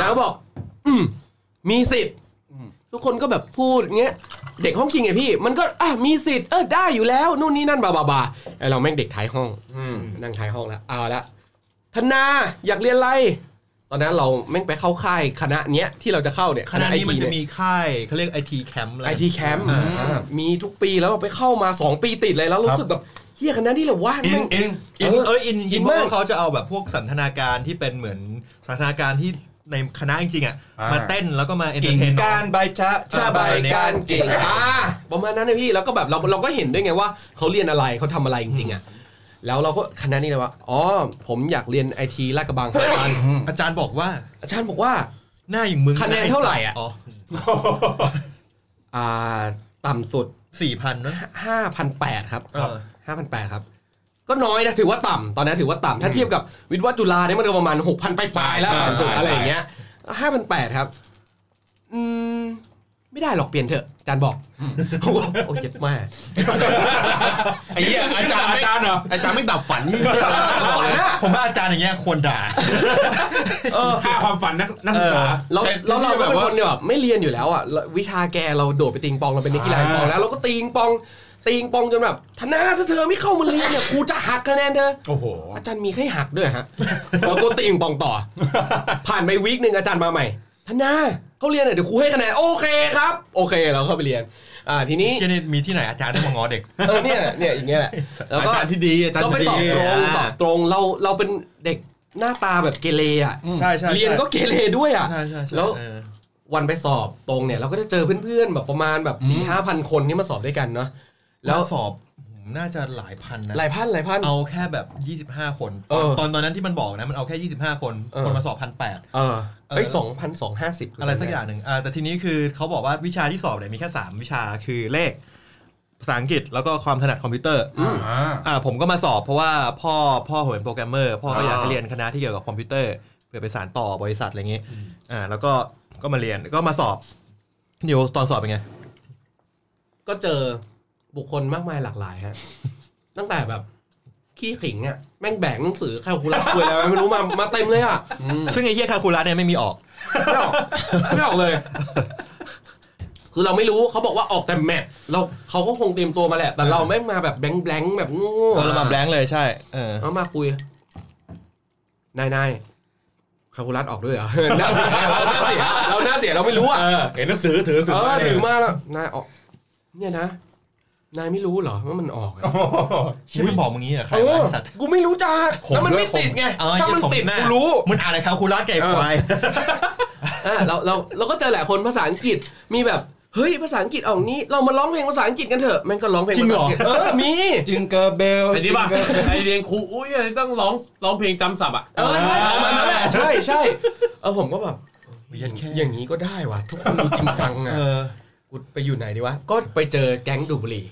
นางก็บอก อืม มีสิทธิ์ทุกคนก็แบบพูดอย่างเงี้ย เด็กห้องคิงไงพี่ มันก็อ่ะมีสิทธิ์เออได้อยู่แล้วนู่นนี่นั่นบาบาบาไอเราแม่งเด็กท้ายห้องนั่งท้ายห้องแล้วเอาละธนาอยากเรียนอะไร ตอนนั้นเราแม่งไปเข้าค่ายคณะเนี้ยที่เราจะเข้าเนี่ย
คณะนี้มันจะ
เย
มีค่ายเขาเรียกไอทีแคมป์อะไร
ไอทีแคมป์มีทุกปีแล้วเราไปเข้ามา 2 ปีติดเลยแล้วรู้สึกแบบเฮียคณะนี่แหละว่า
อิน
แม่ง
อิน
อินเอออิน
อิ
อิ
น
นเพราะ
มาก
ว่าเขาจะเอาแบบพวกสันทนาการที่เป็นเหมือนสันทนาการที่ในคณะจริงๆอ่ะ
อ่าม
มาเต้นแล้วก็มาเอนเตอ
กิ่ง
ร์เทน
การใบชะชะใบการกิ่ง
อ่าประมาณนั้นนะพี่แล้วก็แบบเราเราก็เห็นด้วยไงว่าเขาเรียนอะไรเขาทำอะไรจริงๆอ่ะแล้วเราก็คณะนี่แหละว่าอ๋อผมอยากเรียนไอทีลาดกระบังครับ อาจารย์
อาจารย์บอกว่า
อาจารย์บอกว่า
หน้าอย่างมึง
คะแนนเท่าไหร่อะ อ่าต่ำสุด
สี่พันนะ
5,800 ครับ
เออ
5,800 ครับ ก็น้อยนะถือว่าต่ำตอนนั้นถือว่าต่ำถ้าเทียบกับวิทย์วะจุฬาเนี่ยมันก็ประมาณ 6,000 ปลายๆแล้วต่ำสุดอะไรอย่างเงี้ย5,800 ครับ อืม ไม่ได้หรอกเปลี่ยนเถอะอาจารย์บอก ผมก็โอ้ยเจ็บมาก
ไอ้เหี้ยอาจาร ย์ไม่
จานเหรอ
อาจารย์ไม่ดับฝัน
ก่อนหน้า
ผมว่าอาจารย์อย่างเงี้ยควรด่า
ค่าความฝันนักนักศึกษา
เราเราเราก็
แต่ที่แบบ
เป็น
ว่า
คนเนี่ยแบบไม่เรียนอยู่แล้วอ่ะแล้ววิชาแกเราโดดไปตีงปองเราเป็นนักกีฬาปิงปองแล้วเราก็ตีงปอง ตีงปองจนแบบธนาถ้าเธอไม่เข้ามาเรียนเนี่ยครูจะหักคะแนนเธอ
โอ้โห
อาจารย์มีให้หักด้วยฮะ เราก็ติ่งปองต่อ ผ่านไปวีคหนึ่งอาจารย์มาใหม่ท่านนาเขาเรียนหน่อยเดี๋ยวครูให้คะแนนโอเคครับ โอเคเราเข้าไปเรียน อ่าทีนี้
เชี่ยนี่มีที่ไหนอาจารย์ต้องมางอเด็ก
เออเนี่ยเนี่ยอย่างเงี้ยแหละแล้ว
อา
ก็
จารย์ที่ดีอาจารย์
ก็ไป
ที่
ส
ดี
อบตรงสอบตรงเราเราเป็นเด็กหน้าตาแบบเกเรอ่ะ
ใช่ใช่
เรียนก็เกเรด้วยอ่ะ
ใช่ใช่ใช่
แล้ว
เออ
วันไปสอบตรงเนี่ยเราก็จะเจอเพื่อนๆแบบประมาณแบบสี่ห้าพันคนที่มาสอบด้วยกันเนาะ
แล้
แล้วว
สอบผมน่าจะหลายพันนะ
หลายพันหลายพัน
เอาแค่แบบ 25 คน
เออ
ตอนตอนนั้นที่มันบอกนะมันเอาแค่ 25 คน
เออ
คนมาสอบพันแปด
เออเอ้ย
เออ
สองพันสองห้าสิบ
อะไรสักอย่างหนึ่งอ่าแต่ทีนี้คือเขาบอกว่าวิชาที่สอบเนี่ยมีแค่ 3 วิชาคือเลข ภาษาอังกฤษแล้วก็ความถนัดคอมพิวเตอร์ อ่าผมก็มาสอบเพราะว่าพ่อพ่อผมเป็นโปรแกรมเมอร์ พ่อก็อยากให้เรียนคณะที่เกี่ยวกับคอมพิวเตอร์เพื่อไปสานต่อบริษัทอะไรเงี้ยอ่าแล้วก็ก็มาเรียนก็มาสอบนิวตอนสอบเป็นไง
ก็เจอบุคคลมากมายหลากหลายฮะ ตั้งแต่แบบ ขี้ขิงอ่ะแม่งแบกหนังสือข้าวคุรักคุยอะไรไม่รู้มามาเต็มเลยอ่ะ
ซึ่งไอ้เหี้ยคาคูลัสเนี่ยไม่มีออก
ไม่ออกไม่ออกเลย คือเราไม่รู้เขาบอกว่าออกแต่แมทเราเขาก็คงเตรียมตัวมาแหละแต่เราไม่งมาแบบแบงค์แบงค์แบบโงู
เออเรามาแบงค์เลยใช่เออ
เอามาคุยนายนายคาคูลัสออกด้วยเหรอ หน้าเสียเราหน้าเสียเราหน้าเสียเราไม่รู้อ่ะ
เออเห็นหนังสือถือถื
เออ
เล
ถื
ย
อมาแล้วนายออก เนี่ยนะ นายไม่รู้เหรอว่ามันออกอะ
โอ้โห
ชิบบอกมึงงี้เหรอใคร
เอ
วะ
อ
ไอ้สัตว์
กูไม่รู้จักแล้วมันไม่ติดไง
เออ
ถ้ามั
อ
น
ย่าส่ง
ติด
หน้ากู
กูรู้
มึงอ่านอะไรครับคุณรัดไก่ควาย
อ่ะเราเราเราก็เจอหลายคนภาษาอังกฤษมีแบบเฮ้ยภาษาอังกฤษออกนี้ เรามาร้องเพลงภาษาอังกฤษกันเถอะแมันก็ร้องเพลง
จริงเหรอ
ภาษาอักฤษเออมี
จิงเกอร์เบล
ไอ้นี่ป่ะไอเรียนครูอุ้ยอะไรต้องร้องร้องเพลงจำศัพท์อ่ะ
เออใช่ประมาณนั้นแหละใช่ใช่เออผมก็แบบ
เหี้ยแค่
อย่างนี้ก็ได้ว่ะทุกคนดูจริงจังอ่ะ
เออ
กูไปอยู่ไหนดีวะก็ไปเจอแก๊งดูดบุหรี่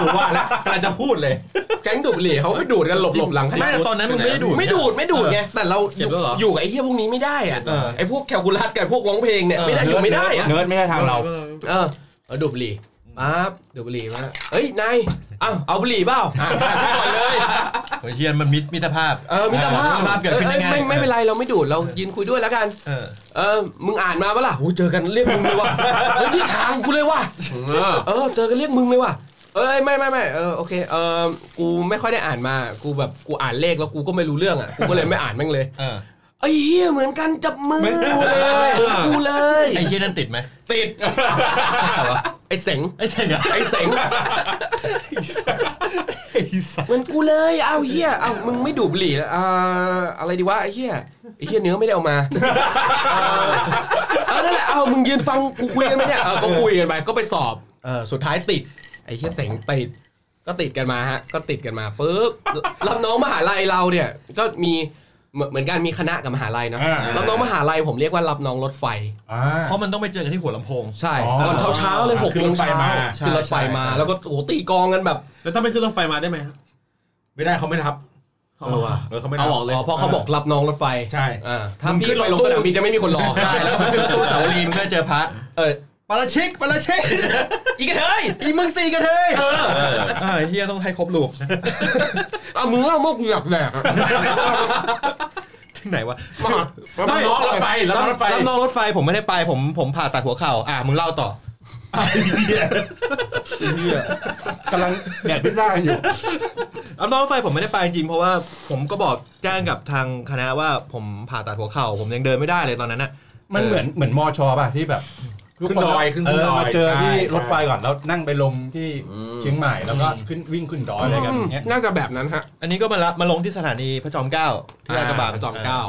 กูว่าแล้วกำลังจะพูดเลย
แก๊งดูดบุหรี่เขาไปดูดกันหลบหลบๆหลังคณะ
ไม่แต่ตอนนั้นมึงไม่ได้ดูด
ไม่ดูดไม่ดูดไงแต่เราอ
เก็บแล้วเหรอ
ยู่อยู่กับไอ้เหี้ยพวกนี้ไม่ได้อะ
เออ
ไอ้พวกแคลคูลัสกับพวกร้องเพลงเนี่ย
เออ
ไม่ได้อยู่ไม่ได้อะ
เนิร์ดไม่ใช่ทางเรา
เออเอาดูดบุหรี่ปั๊บดูดบุหรี่มาเอ้ยนายอ้าวเอาบุหรี่เปล่าอ่ะก่อนเลย
เฮ้ยเฮียมันมิตรมิตรภาพ
เออมิตรภา
มิ
พ
ตรภาพเกิดขึ้นได้ง่า
อ้ย
ย
ไม่ไม่เป็นไรเราไม่ดูดเรายืนคุยด้วยแล้วกัน
เออ
เออมึงอ่านมาปะล่ะโอ้ยเจอกันเรียกมึงเลยว่ะเฮ้ยเรียกทางกูเลยว่ะเออเจอกันเรียกมึงเลยว่ะเอ้ยไม่ไม่ไม่เออโอเคเออกูไม่ค่อยได้อ่านมากูแบบกูอ่านเลขแล้วกูก็ไม่รู้เรื่องอ่ะกูก็เลยไม่อ่านแม่งเลย
เออ
ไอ้เหี้ยเหมือนกันจับมือกูเลยกูเลย
ไอ้เฮียนั่นติดไหม
ติดไอ้เสง
ไอ้เสียงอะ
ไอ้เสง
ไอ้สัตว์
เหมือนกูเลยเอาเหี้ยเอามึงไม่ดูดบุหรี่เหรออ่าอะไรดีวะไอ้เหี้ยไอ้เหี้ยเนื้อไม่ได้เอามาเออเอานั่นแหละเอามึงยืนฟังกูคุยกันไหมเนี่ยเออก็คุยกันไปก็ไปสอบเออสุดท้ายติดไอ้เหี้ยเสงติดก็ติดกันมาฮะก็ติดกันมาปุ๊บรับน้องมหาลัยเราเนี่ยก็มีเหมือนเหมือนกันมีคณะกับมหาลัยเนาะ
อ่า
รับน้องมหาลัยผมเรียกว่ารับน้องรถไฟ
อ่า
เพราะมันต้องไปเจอกันที่หัวลำโพง
ใช่
อ๋อ
ตอนเช้าเช้าๆเลยหก
ขึ้น
โม
รง ถไฟ
เช้า
มา
ใช่
ขึ้นรถไฟมา
ใช่
แล้วก็โอ้โหตีกองกันแบบ
แล้วถ้าไม่ขึ้นรถไฟมาได้ไหมฮะ
ไม่ได้เขาไม่รับ
เออว่ะ
เออเขาไม่รั
เอา
บ
ออกเลยเพราะเขาบอกรับน้องรถไฟ
ใช่
อ่าถ้า
มึงขึ้
พี่
นร
ไป
ถ
ลง
ตู้
สนามบินจะไม่มีคนรอ
ใช่แล้วมันคือตู้สาวรีมันก็เจอพระ
เออ
ปาราชิกปาราชิก
อีกระเทย
อีมึงสี่กันเลยเออเฮียต้องให้ครบลูก
เอามึงเล่ามากหยักแหลกอะ
ถึงไหนวะ
มา
ไม่
ไม่
รับน้องรถไฟรับน้องรถไฟ
รับน้องรถไฟผมไม่ได้ไปผมผมผ่าตัดหัวเข่าอ่ะมึงเล่าต่อ
กำลังแดดพิซซ่ากันอยู่
รับน้องรถไฟผมไม่ได้ไปจริงเพราะว่าผมก็บอกแจ้งกับทางคณะว่าผมผ่าตัดหัวเข่าผมยังเดินไม่ได้เลยตอนนั้นน่ะ
มันเหมือนเหมือนมอชอป่ะที่แบบ
ขึ้นดอยขึ้น
เออ
ดอย
มาเจอที่
ใช่
รถไฟก่อนแล้วนั่งไปลงที่เชียงใหม่แล้วก็ขึ้นวิ่งขึ้นดอยอะไรกันอย่างเงี้ย
น่าจะแบบนั้นฮะ
อันนี้ก็มาละมาลงที่สถานีพระจอมเกล้าที่ลาดกระบัง
จอมเกล้า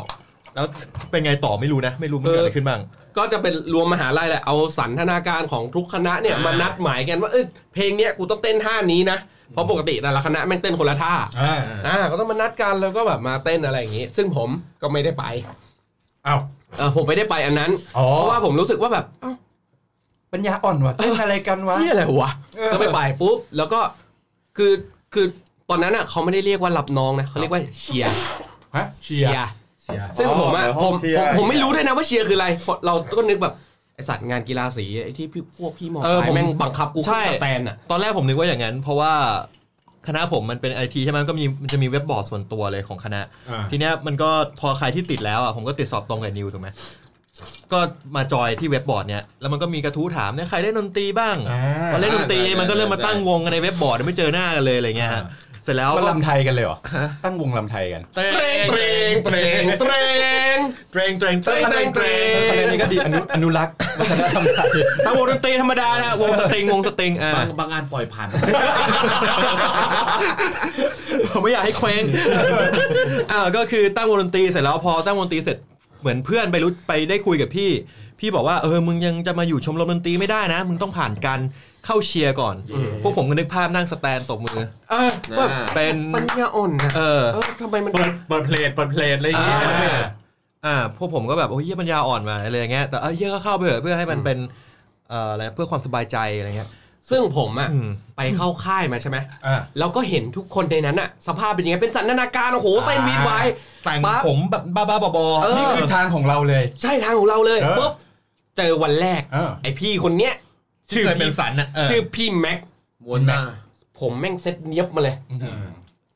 แล้วเป็นไงต่อไม่รู้นะ ไม่รู้มันเกิดอะไรขึ้นบ้าง
ก็จะเป็นรวมมหาลัยแหละเอาสันทนาการของทุกคณะเนี่ย
อ่าม
มานัดหมายกันว่าเอยเพลงเนี้ยกูต้องเต้นท่านี้นะเพราะปกติแต่ละคณะแม่งเต้นคนละท่า
อ่า
อ่าก็ต้องมานัดกันแล้วก็แบบมาเต้นอะไรอย่างนี้ ซึ่งผมก็ไม่ได้ไป
อ้าว
เออผมไม่ได้ไปอันนั้น
อ๋อ
เพราะว่าผมรู้สึกว่าแบบเอ้า
ปัญญาอ่อนว่ะเต้นอะไรกันวะ
นี่อะไรวะ
เออ
ก็ไม่ไปปุ๊บแล้วก็คือคือตอนนั้นอ่ะเขาไม่ได้เรียกว่ารับน้องนะเขาเรียกว่าเชียร์
ฮะเชี
เชี
ย
ย
ร์
ร์ซึ่งผมอ่ะ
เดี๋ยวห้
ผ
อ
ม
งเชียร์
ผมผมไม่รู้ด้วยนะว่าเชียร์คืออะไรเพราะเราก็นึกแบบไอสัตว์งานกีฬาสีไอที่พี่พวกพี่มอ
เออ
ไซ
ผม
ค์แม่งบังคับกู
ใช่
ขึ้นสแตนอ่ะ
ตอนแรกผมนึกว่าอย่างนั้น เพราะว่าคณะผมมันเป็นไอทีใช่ไหมมันก็มีมันจะมีเว็บบอร์ดส่วนตัวเลยของคณะ
อ่า
ทีเนี้ยมันก็พอใครที่ติดแล้วอ่ะผมก็ติดสอบตรงกับนิวถูกไหมก็มาจอยที่เว็บบอร์ดเนี่ยแล้วมันก็มีกระทู้ถามเนี่ยใครเล่นดนตรีบ้าง
อ่า
พอเล่นดนตรี
ใช่ใช่
มันก็เริ่มมา
ใช่
ตั้งวงกันในเว็บบอร์ดไม่เจอหน้ากันเลยอะไรเงี้ยฮะเสร็จแล้ว
เขา
ก็
ลำไทยกันเลยเหรอตั้งวงลำไทยกัน
เตรง
เตรงเตรงเตรงเตรง
เตรงเตรงเตรง
เตรงเตรง
คะแนนนี้ก็ดีอนุอนุรักษ์ วัฒนธรรมไทย
ตั้งวงดนตรีธรรมดานะฮะวงสตริงวงสตริงอ่า
บางบางงานปล่อยผ่าน
ผมไม่อยากให้เคว้ง อ่าก็คือตั้งวงดนตรีเสร็จแล้วพอตั้งวงดนตรีเสร็จเหมือนเพื่อนไปรู้ไปได้คุยกับพี่ พี่บอกว่าเออมึงยังจะมาอยู่ชมรมดนตรีไม่ได้นะ มึงต้องผ่านการเข้าเชียร์ก่อน พวกผมก็นึกภาพนั่งสแตนตบมือ
เออแบบ
เป็น
ปัญญาอ่อนนะ
เออ
เออทำไมมัน
เปิดเปิดเพลงเปิดเพลงอะไรอย่างเงี้ย
อ่า อ่าพวกผมก็แบบโอ้ยเหี้ยปัญญาอ่อนมาอะไรอย่างเงี้ยแต่เออเหี้ยก็เข้าไปเถอะเพื่อให้มันเป็นเอ่ออะไรเพื่อความสบายใจอะไรเงี้ย
ซึ่งผมอ่ะ
อืม
ไปเข้าค่ายมาใช่ไหม
อ่า
แล้วก็เห็นทุกคนในนั้นอะสภาพเป็นยังไงเป็นสันทนาการโอ้โหเต้นวีดไว้
แต่ง
ปั๊บ
ผมแบบบ้าๆบอ
เอ
ๆ
นี่คื
นี่คือ อ
ทางของเราเลย
ใช่ทางของเราเลย
เออ
ปุ๊บเจอวันแรก
อ่า
ไอพี่คนเนี้ย
ชื่อเคยเป็นสันน่ะเ
ชื่อพี่แม็ก
มวนหน้า
ผมแม่งเซ็ตเนี้ยบมาเลย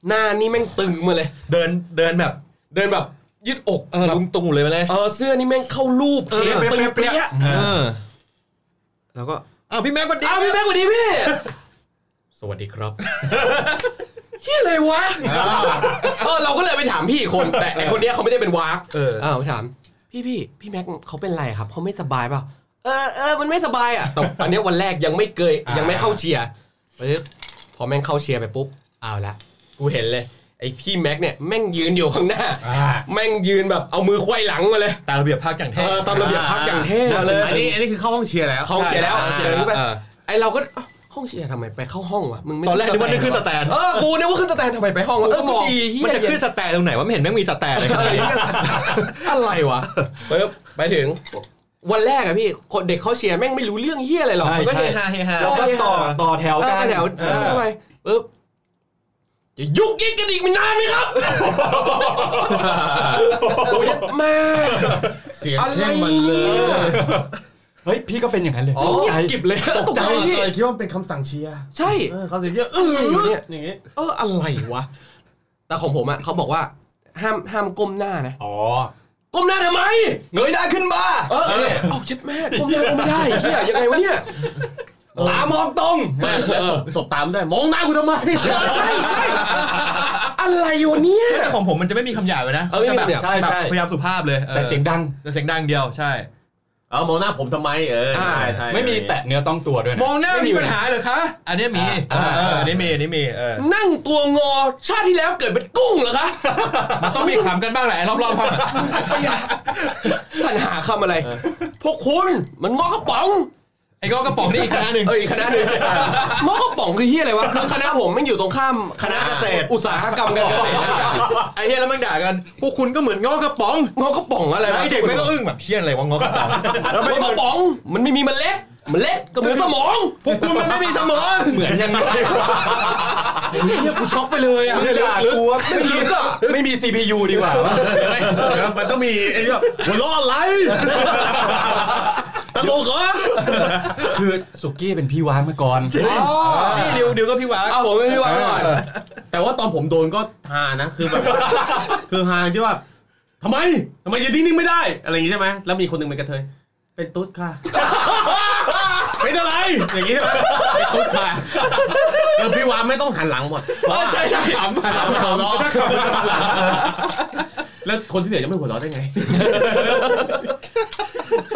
หน้านี่แม่งตึงมาเลย
เดินเดินแบบ
เดินแบบยืดอก
เออลุงตุงเลยมาเลย
เออเสื้อนี่แม่งเข้ารูปเชฟ
เออเปรี้ย
ตึง
วๆ
เปรี้ย
เออ
แล้วก็
อ้าวพี่แม็กซ์สวัสดี
เอาพี่แม็กซ์สวันนี้พี่
สวัสดีครับ
เฮียอะไรวะเออเราก็เลยไปถามพี่อีกคนแต่ไอคนเนี้ยเขาไม่ได้เป็นวาก
เออ
เออถาม พี่พี่พี่แม็กซ์เขาเป็นไรครับเขาไม่สบายเปล่าเออเออมันไม่สบายอ่ะแต่อันเนี้ยวันแรกยังไม่เกยยังไม่เข้าเชียร์ปึ๊บพอแม่งเข้าเชียร์ไปปุ๊บเอาละกูเห็นเลยไอพี่แม็กซ์เนี่ยแม่งยืนอยู่ข้างหน้า แม่งยืนแบบเอามือควายหลังมาเลย
ตามระเบียบภาคอย่าง
เอ
แท้
อตามระเบียบพักอย่างเท่
าเลย
อันนี้อันนี้คือเข้าห้องเชียร์แล้ว
เขาเขียนแล้ว
อ่า
เขียนแล้วไป
อ่า
ไอเราก็เอ้าห้องเชียร์ทำไมไปเข้าห้องวะมึงไม่
ตอนแรกนึกว่านี่คือสแตน
เออกูนึกว่าขึ้นสแตนทำไมไปห้องวะ
เอ
เอ
อ
อ
ม
ม
อ
อง งเฮีย
มันจะขึ้นสแตนตรงไหนวะไม่เห็นแม่งมีสแตนเลย
อะไรเนี่ยอะไรวะปึ๊บไปถึงวันแรกอะพี่คนเด็กเขาเชียร์แม่งไม่รู้เรื่องเฮียอะไรหรอกมันก็
เฮ
เฮ
ฮา
ฮา
เฮฮา
แล้วก็ต่อต่อแถว
เอ
กั
อนเดี๋ยว
เออ
ทำไมปึ๊บจะยุกยิกกันอีกมันนานไหมครับโอ้ยแม่
เสียง
อะไร
เข้มมันเล
เนี่ย ย
เฮ้ย พี่ก็เป็นอย่างนั้นเลย
โอ้ยกิบเลยตกใจพี่
คิดว่ามันเป็นคำสั่งเชียร์
ใช่
เออเขาเสียงเยอะเอออย่างเงี้ย
เอออะไรวะ แต่ของผมอะเขาบอกว่า ห้ามห้ามก้มหน้านะ
อ๋อ
ก้มหน้าทำไม
เงยหน้าขึ้นมา
เออเออเอาเช็ดแม่ก้มหน้าก็ไม่ได้เฮียยังไงวะเนี่ย
ตามองตรง
สบตามได้มองหน้ากูทำไม
เออใช่ใช่อะไรวะเนี่ย
แต่ของผมมันจะไม่มีคำหยาบเลยนะ
เออไม่มีคำหยาบ
จะแบบ
ใช่ใช่
แบบพยายามสุภาพเลยออ
แต่เสียงดัง
แต่เสียงดังเดียวใช่
เออมองหน้าผมทำไมเออ
อ่า
ใช่ใช่
ไม่มีแตะเนื้อต้องตัวด้วย
ม
นะ
องหน้ามีปัญหาเหรอคะ อันเนี้ยมี
อ่า
เอออันนี้มีอันนี้มีเออ
นั่งตัวงอชาติที่แล้วเกิดเป็นกุ้งเหรอคะ
มันต้องมีขำกันบ้างแหละไอ้รอบๆห้องอะ
สรรหาคำอะไร พวกคุณมันงอกระป๋อง
ไอ้ก็กระป๋องนี่อีกคณะหนึ่ง
เอ้ยคณะห นึ่งมอกระป๋องคือเฮียอะไรวะคือคณะผมแม่งอยู่ตรงข้าม
คณะเกษตร
อุตสาหกรรมการเกษตร
ไอ้เฮียแล้วมันด่ากัน พวกคุณก็เหมือนงอกระป๋อง
งอกระป๋องอะไร
แล้ว
วะ
ไอ้เด็กไม่งก็อึ้งแบบเฮียอะไรวะงอกระป๋อง
แล้
แล้ว ว
มั
ไม่
นกระป๋องมันไม่มีเมล็ดเมล็ดก็เหมือนสมอง
พวกคุณมันไม่มีสมอง
เหมือนยังไง
เนี่ยกูช็อกไปเลยอ่ะ
มึงด่ากูว่า
ไม่รู้อ่ะ
ไม่มี CPU ดีกว่า
มันต้องมีไอ้แบบหัวล้ออะไรตลกเหรอ
คือสุกี้เป็นพี่วางมาก่อน
อ๋อ
นี่เดี๋ยวเดี๋ยวก็พี่หวา
เอาผมไม่พี่วางไว้ก่อน
แต่ว่าตอนผมโดนก็ฮานะคือแบบ คือฮาที่ว่าทำไมทำไมยืนนิ่งๆไม่ได้ อะไรอย่างงี้ใช่ไหมแล้วมีคนหนึ่งเป็นกระเทย เป็นตุ๊ดค่ะ เป็นอะไรอย่างงี้เป็นตุ๊ดค่ะ เออพี่วานไม่ต้องหันหลังหมด
เออใช่ใช่
ขำขำขำเนาะ แล้วคนที่เหลือจะไม่หัวเราะได้ไง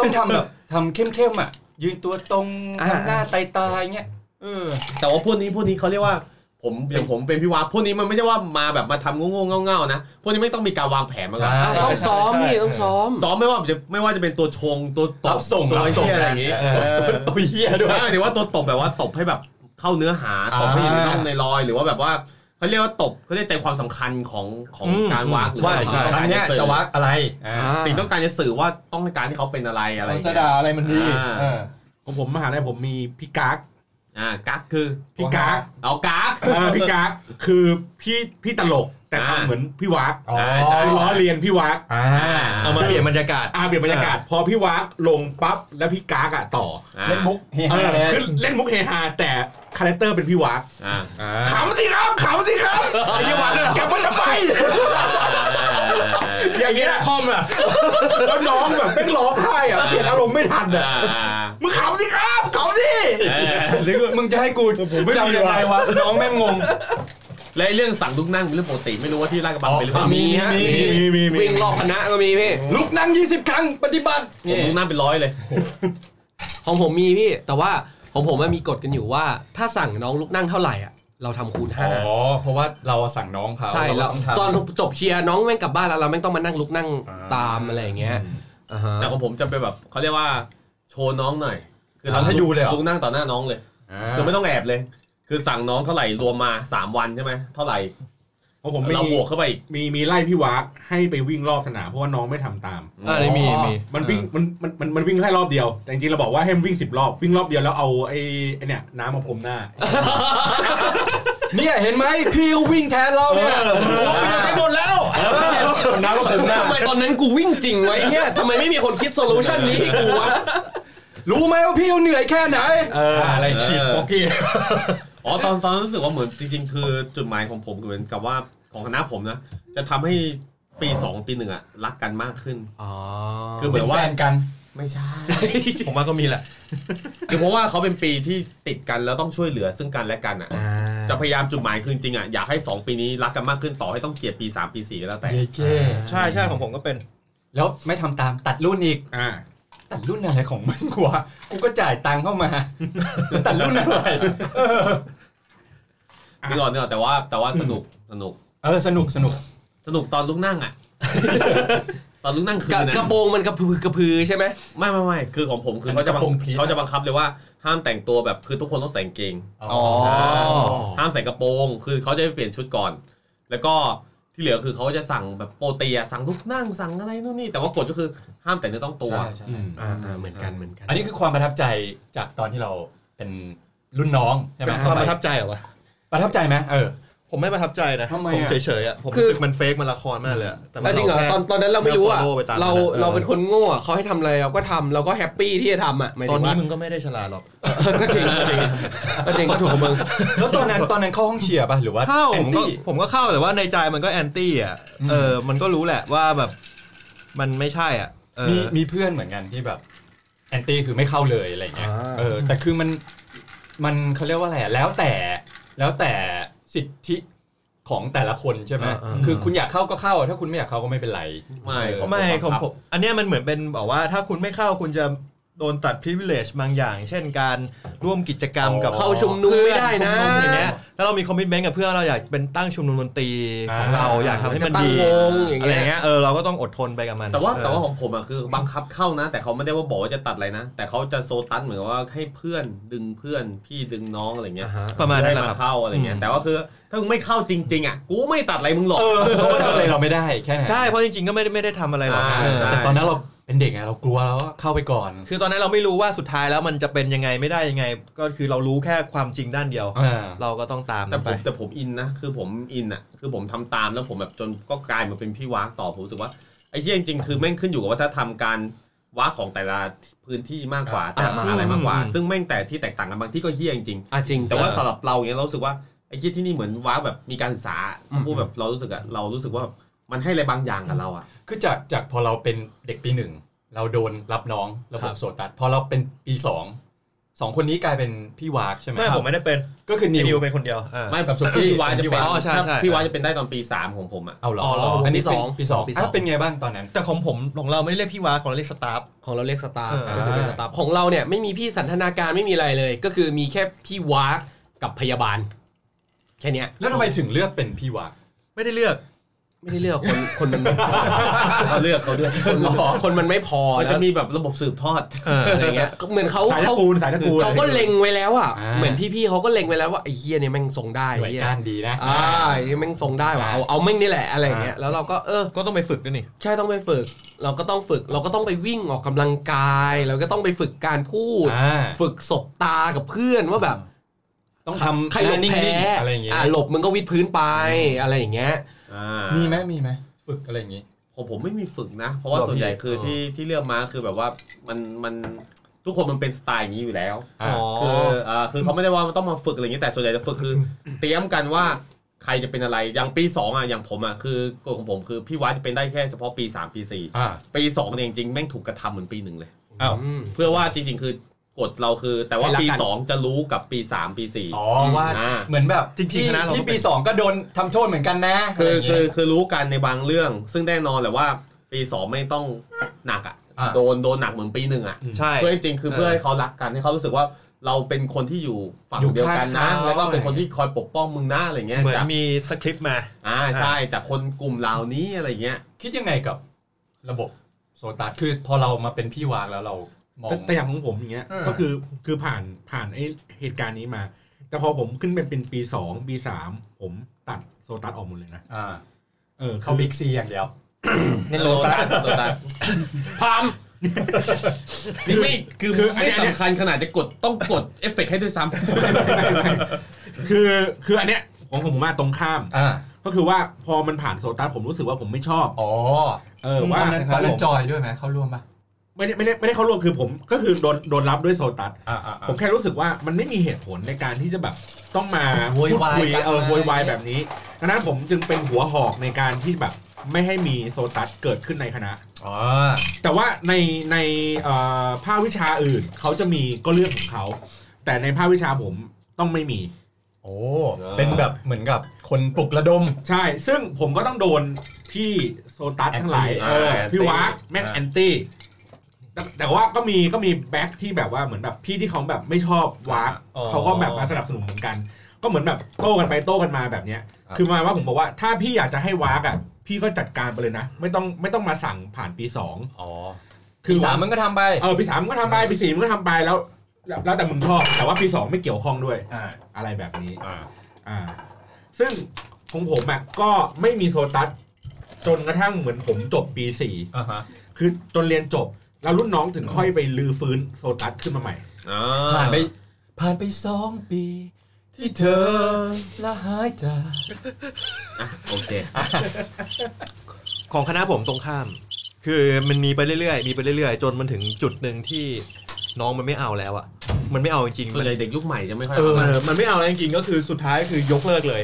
ต้องทำแบบทำเข้มๆอ่ะ ยืนตัวตรงทำหน้าตายตายๆเงี้ยเออ
แต่ว่าพวกนี้พวกนี้เขาเรียกว่า ผมอย่างผมเป็นพี่วาพวกนี้มันไม่ใช่ว่ามาแบบมาทำโง่ๆเง่าๆนะพวกนี้ไม่ต้องมีการวางแผนมาก่อน
ใช่
อ่ะต้องซ้อมนี่ต้องซ้อม
ซ้อมไม่ว่าจะไม่ว่าจะเป็นตัวชงตัวต
รับส่ง
ตัว
รับส่ง
เหี้ยอะไรอย่างงี้
เตัวเฮีย
ห
ด้
รือ
วย
ว่าหรือว่าตัวตบแบบว่าตบให้แบบเข้าเนื้อหาตบให้อยู่ในร่องในรอย หรือว่าแบบว่าเขาเรียกว่าตบเขาเรียกใจความสำคัญของของ
อืม
การวากหรือ
ว่า
ว่า
ครั้งเนี้ยจะวักอะไรอ่า
สิ่งต้องการจะสื่อว่าต้องการที่เขาเป็นอะไรอะไรอย่าง
จะ
เงี้
ด่าย อะไรมันดี
อ่า
เออ
ของผมมหาลัยผมมีพี่กาก
อ่ากักคือ
พี่กาก
เอากัก
เออพี่กากคือพี่พี่ตลกแต่
อ่า
ทำเหมือนพี่วัก
อ๋อ
ใช่ล้อเลียนพี่วัก
อ่า
เอามาเปลี่ยนบรรยากาศ
อาเปลี่ยนบรรยากาศ พอพี่วักลงปั๊บแล้วพี่กากอะต่อ
อ่า
เล่นมุกเฮ
เอ
ฮา
อ
เลย
คือเล่นมุกเฮฮาแต่คาแรคเตอร์เป็นพี่วัก
อ่า
ขำสิครับขำสิครับไอ้พี่วักเนี่ยแกมันจะไป อย่างเงี้ยคอมอะแล้วน้องแบบเป็นร้องไห้อะเปลี่ยนอารมณ์ไม่ทันอะ
อ่า
มึงขำสิครับขำสิ
มึงจะให้กูจำยังไงวะ น้องแม่งงง
และไอ้เรื่องสั่งลุกนั่งเป็นเรื่องปกติไม่รู้ว่าที่ลาดกระบังเป็นหรือเปล่า
มีฮะ
มี
มีมีมีมี
วิ่งรอบคณะก็มีพี่
ลุกนั่ง 20 ครั้งปฏิบัติ
ผมลุกนั่งเป็นร้อยเลย
ของผมมีพี่ แต่ว่าของผมมันมีกฎกันอยู่ว่า ถ้าสั่งน้องลุกนั่งเท่าไหร่อ่ะเราทำคูณห้า
อ๋อ เพราะว่าเราสั่งน้องเขา
ใช่
เรา
แล้ว
ต้องทำ
ตอนจบเชียร์น้องแม่งกลับบ้านแล้วเราแม่งต้องมานั่งลุกนั่ง
อ่า
ตามอะไรอย่างเงี้ยอ่าฮะ
แต่ของผมจะเป็นแบบเขาเรียกว่าโชว์น้องหน่อย คือ
ทำให้ดูเลยเหรอ
ลุกนั่งต่อหน้าน้องเลย คือไม่ต้องแอบเลย คือสั่งน้องเท่าไหร่รวมมาสามวันใช่ไหมเท่าไหร่
ของผม
เรา
มี
บวกเข้าไปอีก
มีมีไล่พี่วักให้ไปวิ่งรอบสนามเพราะว่าน้องไม่ทำตาม
อ่านี่มีมี
มันวิ่งมันมันมันมันวิ่งแค่รอบเดียว แต่จริงๆเราบอกว่าให้มันวิ่งสิบรอบ วิ่งรอบเดียวแล้วเอาไอ้ไอ้เนี่ยน้ำมาพรมหน้า
เนี่ยเห็นไหมพี่ก็วิ่งแทนเราเนี่ย
ผมเปลี่ยนไปหมดแล้ว
น้ำมาพรมหน้า
ทำไมตอนนั้นกูวิ่งจริงไว้เนี่ยทำไมไม่มีคนคิดโซลูชันนี้ให้กูวะ
รู้ไหมว่าพี่เขาเหนื่อยแค่ไหน
เออ
อะไร
เออ
ฉีดโปกี้
อ๋อตอนตอนนั้นรู้สึกว่าเหมือนจริง ๆ คือจุดหมายของผมเหมือนกับว่าของคณะผมนะ จะทำให้ปีสองปีหนึ่งอะรักกันมากขึ้น
อ๋อ
คือเหมื
เป็
อนน
แฟ
ว่า
นกัน
ไม่ใช่
ผมว่าก็มีแหละ
คือเพราะว่าเขาเป็นปีที่ติดกันแล้วต้องช่วยเหลือซึ่งกันและกันอ่ะ จะพยายามจุดหมายคือจริงๆอ่ะอยากให้ 2 ปีนี้รักกันมากขึ้นต่อให้ต้องเกลียดปี 3 ปี 4 ก็แล้วแต่
เย่
ใช่ใช่ของผมก็เป็น
แล้วไม่ทำตามตัดรุ่นอีก
อ่า
ตัดรุ่นอะไรของมันวะกูก็จ่ายตังค์เข้ามา แล้วตัดรุ่นอะไรเออ
นี่ก่อนนี่ก่อนแต่ว่าแต่ว่าสนุกสนุก
เออสนุกสนุก
สนุกตอนลุกนั่งอ่ะ ตอนลุกนั่งคื
กระ
นนะ
กระโปรงมันกระพือกระพือใช่ไหม
ไม่ไม่ไม่คือของผมคือเขาจะบังเขาจะบังคับเลยว่าห้ามแต่งตัวแบบคือทุกคนต้องใส่กางเกง
อ๋อ
ห้ามใส่กระโปรงคือเขาจะไปเปลี่ยนชุดก่อน แล้วก็ที่เหลือคือเขาจะสั่งแบบโปรตีอะสั่งลุกนั่งสั่งอะไรนู่นนี่แต่ว่ากฎก็คือห้ามแต่งเนื้อต้องตัว
ใช่
อืม
อ่าเหมือนกันเหมือนกัน
อันนี้คือความประทับใจจากตอนที่เราเป็นรุ่นน้องใช่ไหม
เป็นความประทับใจเหรอวะ
ประทับใจไหมเออ
ผมไม่ประทับใจนะ
ทำไมอะ
ผมเฉยๆอ่ะ ผมรู้สึกมันเฟกมันละครมากเลยอะแต่มั
แล้วจริงเหรอ
แค่
ตอนตอนนั้นเราไม่รู้อะ
เรา follow ไปตาม
เรา
นั้นอะเออ
เราเป็นคนโง่อะเขาให้ทำอะไรเราก็ทำเราก็แฮปปี้ที่จะทำอ่ะหมาย
ตอ
ถึ
น
ง
นี้
ว่า
มึงก็ไม่ได้ฉลาดหรอก
เออก็จริงก็จริงก็จริงก็ ถูกกับมึง
แล้วตอนนั้นตอนนั้นเข้าห้องเชียร์ป่ะหรือว่า
เข้า
แอ
ผ
น
มก็
ตี้
ผมก็เข้าแต่ว่าในใจมันก็แอนตี้อ่ะ
อืม
เออ มันก็รู้แหละว่าแบบมันไม่ใช่อ่ะ เออ
มีมีเพื่อนเหมือนกันที่แบบแอนตี้คือไม่เข้าเลยอะไรเงี้ย
อ่า
เออแต่คือมันมันเขาเรียกว่าอะไรอะแล้วแต่แล้วแต่สิทธิของแต่ละคนใช่ไหม
อ่าอ่า
คือคุณอยากเข้าก็เข้า ถ้าคุณไม่อยากเข้าก็ไม่เป็นไร
ไม่
เออ
ไม่
ผ
ของ
ว่า
ผม อันเนี้ยมันเหมือนเป็นบอกว่าถ้าคุณไม่เข้าคุณจะโดนตัด privilege บางอย่าง เช่นการร่วมกิจกรรมกับ
เข้าชุมนุมไม่ได้นะ
เพื่อชุมมอย่างเงี้ยแล้วเรามีคอมมิชเมนต์กับเพื่อนเราอยากเป็นตั้งชุมนุมดนตรีของเราอยากทำให้มันดี
จะตั้งวงอย่าง
อะ
เงี้ย
ไรเงี้ยเออเราก็ต้องอดทนไปกับมัน
แต่ว่า
เออ
แต่ว่าของผมอะคือบังคับเข้านะ แต่เขาไม่ได้ว่าบอกว่าจะตัดอะไรนะ แต่เขาจะโซตัสเหมือนว่าให้เพื่อนดึงเพื่อนพี่ดึงน้องอะไรเงี้ย
ประมาณนั้นแห
ให้
ละค
มา
รับ
เข้าอะไรเงี้ยแต่ว่าคือถ้ามึงไม่เข้าจริง ๆอะกูไม่ตัดอะไรมึงหรอก
เออเขาก็ทำอะไรเราไม่ได้แค่นั้น
ใช่เพราะจริงๆก็ไม่ได้ไม่ได้ทำอะไรหรอก
อ่า
เออ
ใช่
แต่ตอนนั้นเราเป็นเด็กไงเรากลัวแล้วก็เข้าไปก่อน
คือตอนนั้นเราไม่รู้ว่าสุดท้ายแล้วมันจะเป็นยังไงไม่ได้ยังไง ก็คือเรารู้แค่ความจริงด้านเดียว
อ่า
เราก็ต้องตาม
แต่
มัน
ผ
ไป
มแต่ผมอินนะ คือผมอินอ่ะ คือผมทำตามแล้วผมแบบจนก็กลายมาเป็นพี่ว้าต่อผมรู้สึกว่าไอ้เหี้ยจริงๆคือแม่งขึ้นอยู่กับวัฒนธรรมการว้าของแต่ละพื้นที่มากกว่าแต่ละมหาอะไรมากกว่า ซึ่งแม่งแต่ที่แตกต่างกันบางที่ก็เหี้ยจริง
อ่ะจริง
ๆแต่ว่าสำหรับเราอย่างเงี้ยเรารู้สึกว่าไอ้เหี้ยที่นี่เหมือนว้าแบบมีการศึกษาพูดแบบเรารู้สึกอะเรารู้สึกว่ามันให้อะไรบางอย่างกับเราอะ
คือจากจากพอเราเป็นเด็กปีหนึ่งเราโดนรับน้องระบ
ครับ บ
โซตัสพอเราเป็นปีสองสองคนนี้กลายเป็นพี่วากใช่ไหม
ไม่ผมไม่ได้เป็น
ก็คือนิ
นิว
ว
เป็นคนเดียวอ่า
ไม่แบบ
สุกี้
พี่ว้าจะ
พี่
เป็น
ว้า
ใช่ใช่
พี่ว้าจะเป็นได้ตอนปีสามของผมอะ
เอาเหรอ
อ๋อเหรอ
อันนี้
ปีส
เป็
อง
นปีสอง
ปีสอง
อ่ะเป็นไงบ้างตอนนั้น
แต่ของผมของเราไม่เรียกพี่ว้าของเราเรียกสตาฟ
ของเราเรียกสตาร์
เออ
ก็คือเรียกสตาร์ของเราเนี่ยไม่มีพี่สันทนาการไม่มีอะไรเลย ก็คือมีแค่พี่วากกับพยาบาล แค่เนี้ย
แล้วทำไมถึงเลือกเป็นพี่วาก
ไม่ได้เลือก
ไม่ได้เลือกคนคนมัน
เขาเลือกเขาเลือก
คนมันคนมันไม่พอ
มัน
แล้
จะ
ว
มีแบบระบบสืบทอด
เออ
อะไรเงี้ยเหมือนเขา
สายตระ
เขา
กูลสายตระกูล
เขาก็เล็งไว้แล้วอ่ะ
า
เหมือนพี่ๆเขาก็เล็งไว้แล้วว่าไอ้เฮียเนี่ยแม่งทรงได้
หน่วย
เฮีย
ก้านดีนะ
อ่าไอ้เหี้ยแม่งทรงได้ว่ะเอาเอาแม่งนี่แหละอะไรเงี้ยแล้วเราก็เออ
ก็ต้องไปฝึกด้วยนี่
ใช่ต้องไปฝึก เราก็ต้องฝึก เราก็ต้องไปวิ่งออกกำลังกาย เราก็ต้องไปฝึกการพูด
อ่า
ฝึกสบตากับเพื่อนว่าแบบ
ต้องทำ
ใครหลบ
น้านิ่ง
แพ้
ๆอะไรอย่างเงี้ย
หลบมึงก็วิดพื้นไปอะไรอย่างเงี้ย
มีไหมมีไหมฝึกอะไรอย่างงี้
ผมผมไม่มีฝึกนะ เพราะว่าส่วนใหญ่คือที่ที่เลือกมาคือแบบว่ามันมันทุกคนมันเป็นสไตล์อย่างนี้อยู่แล้ว
อ่า
อ๋อ
คืออ่าคือเขาไม่ได้ว่ามันต้องมาฝึกอะไรอย่างนี้แต่ส่วนใหญ่จะฝึกคือ เตรียมกันว่าใครจะเป็นอะไรอย่างปี2อ่ะอย่างผมอ่ะคือกฎของผมคือพี่วัดจะเป็นได้แค่เฉพาะปี 3 ปี
อ่า
4 ปี2เนี่ยจริงๆแม่งถูกกระทำเหมือนปีหนึ่งเลย
อ้าว
เพื่อว่าจริง ๆ คือกฎเราคือ แต่ว่า
ให้รัก
ปี
กัน
2 จะรู้กับปี 3 ปี 4
อ๋อว่า
อ่า
เหมือนแบบ
จริงๆ
ที่
คณะเราก็
ที่
เป็น
ปีสองก็โดนทำโทษเหมือนกันนะ
คือคื
ะไร
อ
ย่างเงี้ย
คือรู้กันในบางเรื่อง ซึ่งแน่นอนแหละว่าปีสองไม่ต้องหนักอ่ะ
อ่า
โดนโดนหนักเหมือนปีหนึ่งอ่ะ
ใช่
เพื่อจริงๆคือ
เออ
เพื่อให้เขารักกันให้เขารู้สึกว่าเราเป็นคนที่อยู่ฝั่ง
อยู่
เดียวกันนะ
ข้างเขา
แล้วก็เป็นคนที่คอยปกป้องมึงนะอะไรเงี้ย
เหมือน
จาก
มีสคริปต์มา
อ่าใช่จากคนกลุ่มเหล่านี้อะไรเงี้ย
คิดยังไงกับระบบโซตัสคือพอเรามาเป็นพี่วากแล้วเรามอง
แต่แต่อย่างของผมอย่างเงี้ย
เออ
ก็คือคือผ่านผ่านไอเหตุการณ์นี้มา แต่พอผมขึ้นเป็นเป็นปีสองปีสามผมตัดโซตัสออกหมดเลยนะ
อ่า
เออ
เข้าบิ๊กซีอย่างเดียว
โดนตัดโดนตัดพามนี่ไม่คือไม่สำคัญขนาดจะกดต้องกดเอฟเฟกต์ให้ด้วยซ้
คือคืออันเนี้ยของผมมาตรงข้าม
อ่า
ก็คือว่าพอมันผ่านโซตัสผมรู้สึกว่าผมไม่ชอบ
อ๋อ
เออ
ต
ว่า
อนนั้นตอนนั้นจอยด้วยไหมเข้าร่วมป่ะ
ไม่ได้ไม่ได้ไม่ได้เข้าร่วมคือผมก็คือโดนโดนรับด้วยโซตัส
อ่าอ่าอ่า
ผมแค่รู้สึกว่ามันไม่มีเหตุผลในการที่จะแบบต้องมา
โวยวาย
พูดคุ
กัน
เออ
มา
โวยวายแบบนี้ดังนั้นผมจึงเป็นหัวหอกในการที่แบบไม่ให้มีโซตัสเกิดขึ้นในคณะ
อ๋อ
แต่ว่าในในเอ่อภาควิชาอื่นเขาจะมีก็เรื่องของเขา แต่ในภาควิชาผมต้องไม่มี
โอ้ เป็นแบบเหมือนกับคนปลุกระดม
ใช่ ซึ่งผมก็ต้องโดนพี่โซตัสทั้งหลาย
Anti
เออ
อ่า
พี่วะ
Anti
แม่ง
อ่า
แอนตี้ แต่แต่ว่าก็มีก็มีแบ็คที่แบบว่าเหมือนแบบพี่ที่เขาแบบไม่ชอบวะ
อ๋อ
เขาก็แบบมาสนับสนุนเหมือนกัน ก็เหมือนแบบโต้กันไปโต้กันมาแบบเนี้ย
อ่า
คือหมายว่าผมบอกว่าถ้าพี่อยากจะให้วากอ่ะ พี่ก็จัดการไปเลยนะ ไม่ต้องไม่ต้องมาสั่งผ่านปีสอง
อ๋อ
คื
คือ อสามมันก็ทำไป
เออปีสามมันก็ทำไปปีสี่มันก็ทำไปแล้วแล้วแล้วแต่มึงชอบ แต่ว่าปีสองไม่เกี่ยวข้องด้วย
อ่า
อะไรแบบนี้
อ่า
อ่า ซึ่งของผมอะก็ไม่มีโซตัสจนกระทั่งเหมือนผมจบปีสี่
อ่าฮะ
คือจนเรียนจบ แล้วรุ่นน้องถึงค่อยไปลือฟื้นโซตัสขึ้นมาใหม่
ผ่านไป ผ่านไปสองปี ที่เธอละหายจาก
โอเค
ของคณะผมตรงข้าม คือมันมีไปเรื่อยๆ มีไปเรื่อยๆ จนมันถึงจุดหนึ่งที่น้องมันไม่เอาแล้วอะมันไม่เอาจริงๆ
ส่
มั
วน
น
ใหญ่เด็กยุคใหม่จะไม่ค่อย
เออ
เอา
มันมันไม่เอาแล้วจริงๆก็คือสุดท้ายคือยกเลิกเลย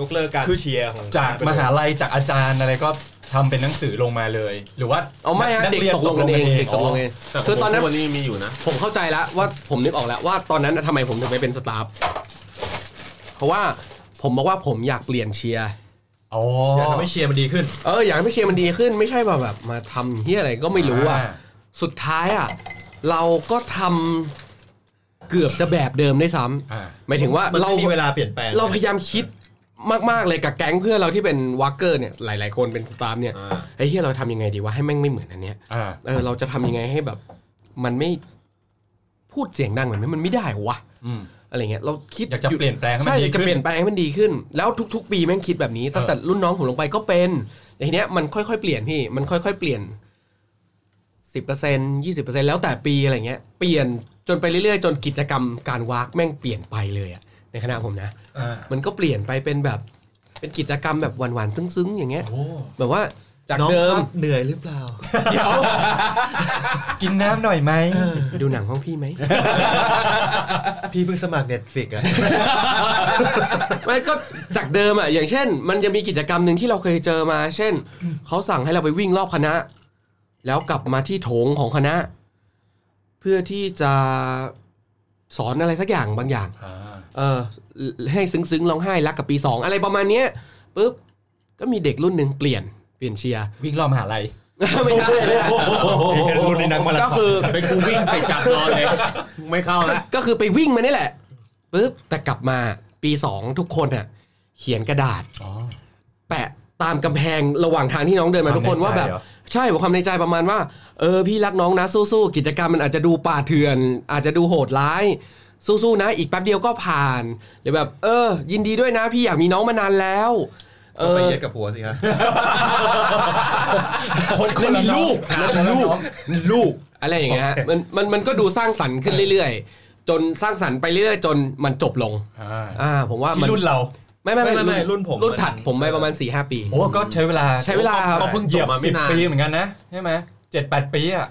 ยกเลิกการ
คือ
เชียร์ของ
จาก
ไปเลย
มหาลัยจากอาจารย์อะไรก็ทำเป็นหนังสือลงมาเลย หรือว่า
เอาไม่ฮะ
นั
เด็ก
รียน
ตกลงกันเองเด็กตกลงเอง
แต่ข
คือ อง ตอนนั้น
วันนี้ยังมีอยู่นะ
ผมเข้าใจแล้วว่าผมนึกออกแล้วว่าตอนนั้นน่ะทำไมผมถึงไม่เป็นสตาฟเพราะว่าผมบอกว่าผมอยากเปลี่ยนเชียร์
อ๋ออย
อากทำให้เชียร์มันดีขึ้น
เอออยากให้เชียร์มันดีขึ้นไม่ใช่แบบแบบมาทำเฮียอะไรก็ไม่รู้อ่ะ สุดท้ายอ่ะเราก็ทำเกือบจะแบบเดิมได้วยซ้ำ
อ่า
หมายถึงว่า
มัน
เรา
ไม่มีเวลาเปลี่ยนแปลง
เราพยายามคิดมาก ๆ เลยกับแก๊งเพื่อนเราที่เป็นวักเกอร์เนี่ยหลาย ๆ คนเป็นสตาฟเนี่ย
อ่า
ไอ้เฮียเราทำยังไงดีวะให้แม่งไม่เหมือนอันเนี้ย
อ่า
เออเราจะทำยังไงให้แบบ มันไม่พูดเสียงดังแบบนี้มันไม่ได้วะ
อืม
อะไรเงี้ยเราคิด
อยากจะเปลี่ยนแปลงให้มัน
ใช่
ดี
อยากจะ
ขึ้น
เปลี่ยนแปลงให้มันดีขึ้น แล้วทุก ๆ ปีแม่งคิดแบบนี้ตั้งแต่รุ่นน้องผมลงไปก็เป็นแต่ทีเนี้ยมันค่อยๆเปลี่ยนพี่มันค่อยๆเปลี่ยน สิบเปอร์เซ็นยี่สิบเปอร์เซ็นแล้วแต่ปีอะไรเงี้ยเปลี่ยนจนไปเรื่อยๆ จนกิจกรรมการวากแม่งเปลี่ยนไปเลยอะในคณะผมนะ
อ่า
มันก็เปลี่ยนไปเป็นแบบ เป็นกิจกรรมแบบหวานๆซึ้งๆ อย่างเงี้ย
โอ้
แบบว่าจาก
น้อง
เดิม
ครับเหนื่อยหรือเปล่า
เดี๋ยว
กินน้ำหน่อยไหม
ดูหนังห้องพี่ไหม
พี่เพิ่งสมัครเน็ตฟิกอะ
มันก็จากเดิมอะอย่างเช่น มันจะมีกิจกรรมหนึ่งที่เราเคยเจอมา เช่นเขาสั่งให้เราไปวิ่งรอบคณะ แล้วกลับมาที่โถงของคณะ เพื่อที่จะสอนอะไรสักอย่างบางอย่าง
อ่า
เออให้ซึ้งๆร้องไห้รักกับปี 2 อะไรประมาณเนี้ยปุ๊บก็มีเด็กรุ่นหนึ่งเปลี่ยนเปลี่ยนเชียร์
วิ่งรอบมหาลัย
ไม่ใช่ไม่ใช่
พี่เห็นรุ่นนี้นักมาราธ
ก็
อน
คือ
ไปกูวิ่งเสร็จกลับนอนเลย ไม่เข้าแล้ว
ก็คือไปวิ่งมานี่แหละปุ๊บแต่กลับมาปี 2 ทุกคนอ่ะเขียนกระดาษ
อ๋อ
แปะตามกำแพงระหว่างทางที่น้องเดินมาทุกคน
ความใน
ว่าแบบ
ใจเหรอ
ใช่บอกความในใจประมาณว่าเออพี่รักน้องนะสู้ๆกิจกรรมมันอาจจะดูป่าเถื่อน อาจจะดูโหดร้าย สู้ๆนะ อีกแป๊บเดียวก็ผ่านหรือแบบ เออ ยินดีด้วยนะ พี่อยากมีน้องมานานแล้วเอ
ก็ไป
อ
เย็ดกับผัวสิฮะ
คนคนมีลูกคนมีลูกมีลูก อะไรอย่างเงี้ยฮะมันมันมันก็ดูสร้างสรรค์ขึ้นเรื่อยๆ จนสร้างสรรค์ไปเรื่อยๆ จนมันจบลง
อ่า
อ่า ผมว่า
ที่
มัน
รุ่นเรา
ไม่ไม่
ไม่ไม่ไม่รุ่นผม
รุ่น
มัน
ถัดผมไปประมาณ4ี่ห้าปี
โอ้ก็ใช้เวลา
ใช้เวลาครับ
ก็เพิ่งเหยียบ
จบมาไม่
สิบ
นาน
ปีเหมือนกันนะใช่ไหมเจ็ดแปดปีอ่ะ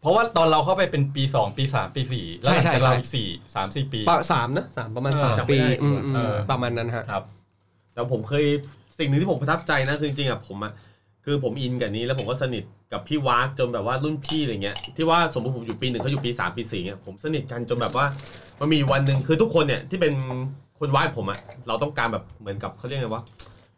เพราะว่าตอนเราเข้าไปเป็นปีสองปีสามปีสี่แล้วหลังจากเราอีกสี่สามสี่ปี
ประสามนะสามประมาณสาม
จำไม่
ปี
ได้ดีกว่า
อืมอืม
เออ
ประมาณนั้นฮะ
ครับ
แต่ผมเคยสิ่งหนึ่งที่ผมประทับใจนะคือจริงๆอ่ะผมอ่ะคือผมอินกับนี้แล้วผมก็สนิทกับพี่วากจนแบบว่ารุ่นพี่อะไรเงี้ยที่ว่าสมมติผมอยู่ปีหนึ่งเขาอยู่ปีสามปีสี่เงี้ยผมสนิทกันจนแบบว่ามันมีวันหนึ่งคือทุกคนเนี่ยที่เป็นคนวาดผมอ่ะเราต้องการแบบเหมือนกับเขาเรียกไงวะ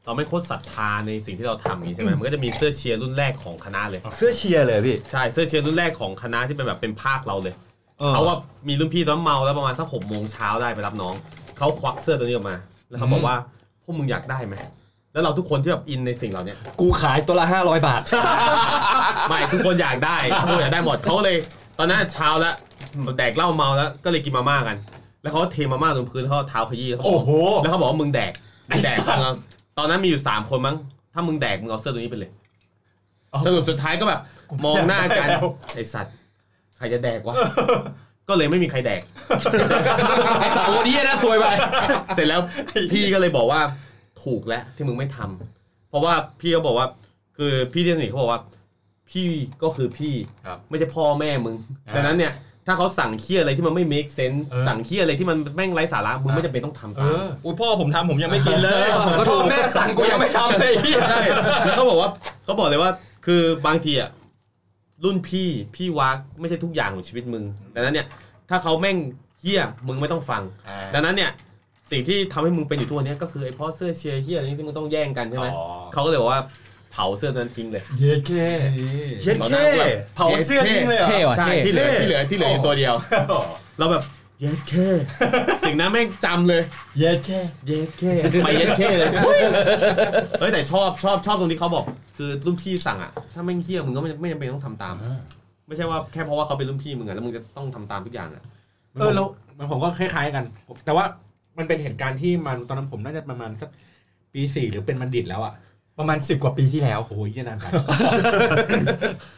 เราไม่โคตรศรัทธาในสิ่งที่เราทำอย่างงี้ใช่ไหมมันก็จะมีเสื้อเชียร์รุ่นแรกของคณะเลย
เสื้อเชียร์เลยพี่
ใช่เสื้อเชียร์รุ่นแรกของคณะที่เป็นแบบเป็นภาคเราเลย
ออ
เขาว่ามีรุ่นพี่ตอนเมาแล้วประมาณสักหกโมงเช้าได้ไปรับน้อง เขาควักเสื้อตัวนี้ออกมา แล้วเขาบอกว่าพวกมึงอยากได้ไหมแล้วเราทุกคนที่แบบอินในสิ่งเหล่า นี้
กูขายตัวละห้าร้อยบาท
ไม่ทุกคนอยากได้ทุกคนอยากได้หมดเขาเลย ตอนนั้นเช้าแล้วแดกเหล้าเมาแล้วก็เลยกินมาม่ากัน แล้วเขาก็เทมาม่าลงพื้นแล้วเขาเอาเท้าขยี้แล้วเขาบ
โอ้
อก
โห
แล้วเขาบอกว่ามึงแดกมึงแดก
ไอ้สัตว์
ตอนนั้นมีอยู่สามคนมั้งถ้ามึงแดกมึงเอาเสื้อตัวนี้ไปเลยสรุปสุดท้ายก็แบบมองหน้ากันไอสัตว์ใครจะแดกวะก็เลยไม่มีใครแด ก
ไอ้สามคนนี้นะซวยไป
เสร็จแล้วพี่ก็เลยบอกว่าถูกแล้วที่มึงไม่ทำเพราะว่าพี่เขาบอกว่า คือพี่ที่สนิทเขาบอกว่า พี่ก็คือพี่
ครับ
ไม่ใช่พ่อแม่มึง
อ่า
ดังนั้นเนี่ย ถ้าเขาสั่งเคี้ยอะไรที่มันไม่ make sense
เออ
สั่งเคี้ยอะไรที่มันแม่งไร้สาระมึงไม่จำเป็นต้องทำ
เอ
ตาม
อ
อุ้ยพ่อผมทำผมยังไม่กินเลย
ก็ถูก
แม่สั่งกูยังไม่ทำเลย
ใช่แล้วเขาบอกว่าเขาบอกเลยว่า คือบางทีอ่ะ รุ่นพี่พี่วักไม่ใช่ทุกอย่างของชีวิตมึงดังนั้นเนี่ยถ้าเขาแม่งเฮี้ยมึงไม่ต้องฟัง
อ่า
ดังนั้นเนี่ยสิ่งที่ทำให้มึงเป็นอยู่ทุกวันเนี้ยก็คือไอ้พ่อเสื้อเชียร์เฮี้ยอะไรนี่ที่มึงต้องแย่งกันใช่ไหม
อ๋อ
เขาก็เลยบอกว่าเผาเสื้อตัวนั้นทิ้งเลย
เย้เค่
เย็ดเท่
เผาเสื้อทิ้งเลยเหรอ
เท่ว่ะ
ใช่
เท่
ที่เหลือที่เหลือที่เหลืออยู่ตัวเดียว เราแบบเย็ดแค่ สิ่งนั้นแม่งจำเลย
เย้แค่
เย็ดแค่ไปเย็ดแค่เลยทุยเฮ้ยแต่ชอบชอบชอบตรงที่เขาบอก คือรุ่นพี่สั่งอ่ะถ้าไม่งเฮี้ยมึงก็ไม่ไม่จำเป็นต้องทำตาม ไม่ใช่ว่าแค่เพราะว่าเขาเป็นรุ่นพี่มึงอ่ะแล้วมึงจะต้องทำตามทุกอย่างอ่ะ
เออแล้วมันผมก็คล้ายๆกันผมแต่ว่ามันเป็นเหตุการณ์ที่มันตอนนั้นผมน่าจะประมาณสักปีสี่หรือเป็นบัณฑิตแล้วอ่ะ
ประมาณ 10 กว่าปีที่แล้ว
โอ้ยเหี้ยนานไป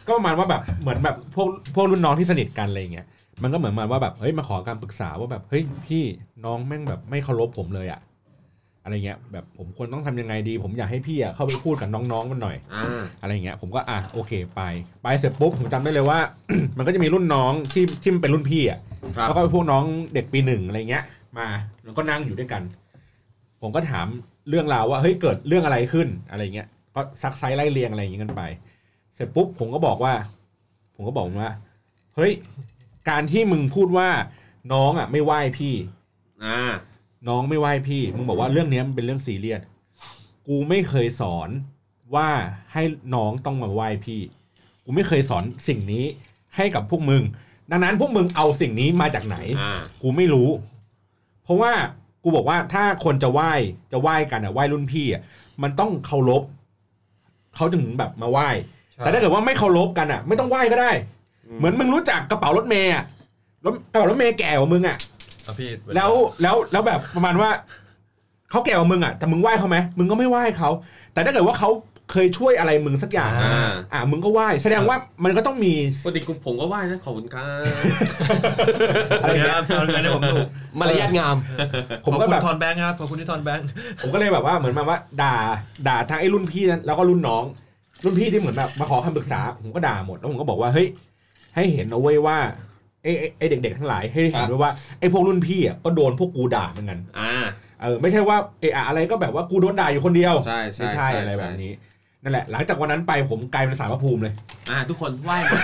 ก็ประมาณว่าแบบเหมือนแบบพวกพวกรุ่นน้องที่สนิทกันอะไรอย่างเงี้ยมันก็เหมือนมาว่าแบบเฮ้ยมาขอการปรึกษาว่าแบบเฮ้ยพี่น้องแม่งแบบไม่เคารพผมเลยอะอะไรเงี้ยแบบผมควรต้องทำยังไงดี ผมอยากให้พี่อะเข้าไปพูดกับน้องๆมันหน่อย
อ่า
อะไรเงี้ยผมก็อ่ะโอเคไปไปเสร็จปุ๊บผมจำได้เลยว่า มันก็จะมีรุ่นน้องที่ที่มันเป็นรุ่นพี่อ่ะ
ครับ
แล้วก็เป็นพวกน้องเด็กปีหนึ่งอะไรเงี้ย มาแล้วก็นั่งอยู่ด้วยกัน ผมก็ถามเรื่องราวว่าเฮ้ยเกิดเรื่องอะไรขึ้นอะไรเงี้ยก็ซักไซส์ไล่เรียงอะไรอย่างเงี้ยกันไป เสร็จปุ๊บผมก็บอกว่า ผมก็บอกมันว่าเฮ้ยการที่มึงพูดว่าน้องอ่ะไม่ไหว้พี่
อ่า
น้องไม่ไหว้พี่มึงบอกว่าเรื่องเนี้ยมันเป็นเรื่องซีเรียสกูไม่เคยสอนว่าให้น้องต้องมาไหว้พี่ กูไม่เคยสอนสิ่งนี้ให้กับพวกมึง ดังนั้นพวกมึงเอาสิ่งนี้มาจากไหน
อ่า
กูไม่รู้ เพราะว่ากูบอกว่าถ้าคนจะไหว้จะไหว้กันอะไหว้รุ่นพี่อะมันต้องเคารพเขาถึงแบบมาไหว้
ใช่
แต่ถ้าเกิดว่าไม่เคารพกันอะไม่ต้องไหว้ก็ได้ เหมือนมึงรู้จักกระเป๋ารถเมย์อะรถกระเป๋ารถเมย์แก่กว่ามึงอะ
เอาพี่
แล้วแล้วแล้วแบบประมาณว่าเขาแก่กว่ามึงอ่ะแต่มึงไหว้เขาไหมมึงก็ไม่ไหว้เขาแต่ถ้าเกิดว่าเขาเคยช่วยอะไรมึงสักอย่าง
อ่า
อ่ะมึงก็ไหว้แสดงว่ามันก็ต้องมี
ปกติกูผมก็ไหว้นะขอบคุณครับ
อะไร
เดี๋ยว
เงี้
ค
ย
รับเอาเงินให้ผมถูก
มารยาทงาม
ผ
ขอบ
มก็
คุณ
แบบ
ทอนแบงค์ครับขอบคุณที่ทอนแบงค์
ผมก็เลยแบบว่าเหมือนมาว่า ด่าด่าทั้งไอ้รุ่นพี่นั้นแล้วก็รุ่นน้อง รุ่นพี่ที่เหมือนแบบมาขอคำปรึกษา ผมก็ด่าหมดแล้วผมก็บอกว่าเฮ้ยให้เห็นเอาไว้ยว่าไอ้ไอ้ไอ้เด็ก ๆ ทั้งหลายให้เห็นด้วยว่าไอ้พวกรุ่นพี่อ่ะก็โดนพวกกูด่าเหมือนกัน
อ่า
เออไม่ใช่ว่าเอะอะอะไรก็แบบว่ากูโดนด่าอยู่คนเดียว
ใช่ใช่
ไม่ใช่
ใช่
อะไร
ใช่
แบบนี้นั่นแหละ หลังจากวันนั้นไปผมกลายเป็นสารพระภูมิเลย
อ่า ทุกคนไหว้หมด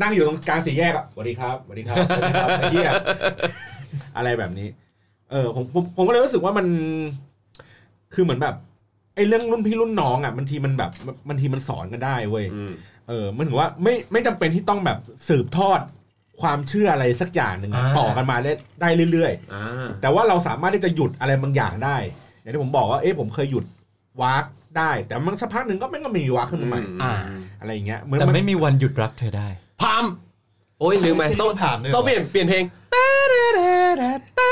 นั่งอยู่ตรงกลางสี่แยกอะสวัสดีครับสวัสดีครับสวัสดีครับไอ้เหี้ยอะไรแบบนี้ เออผมผมผมก็เลยรู้สึกว่ามัน คือเหมือนแบบไอ้เรื่องรุ่นพี่รุ่นน้องอ่ะบางทีมันแบบบางทีมันสอนกันได้เว้ย
อืม
เออมันถือว่าไม่ไม่จำเป็นที่ต้องแบบสืบทอดความเชื่ออะไรสักอย่างหนึ่งอะ
อ่า
ต่อกันมาได้ได้เรื่อยๆ
อ่า
แต่ว่าเราสามารถที่จะหยุดอะไรบางอย่างได้ อย่างที่ผมบอกว่า เอ๊ะผมเคยหยุดวากได้ แต่มันสักพักหนึ่งก็มันก็มีวากขึ้นมาใหม่
อ่า
อะไรอย่างเงี้ย เหมือน
แต่
มัน
ไม่มีวันหยุดรักเธอได้
พาม โอ้ยลืมไปต้อง
ถามเลย
ต้องเปลี่ยนเปลี่ยนเพลงตาดาดาดาตา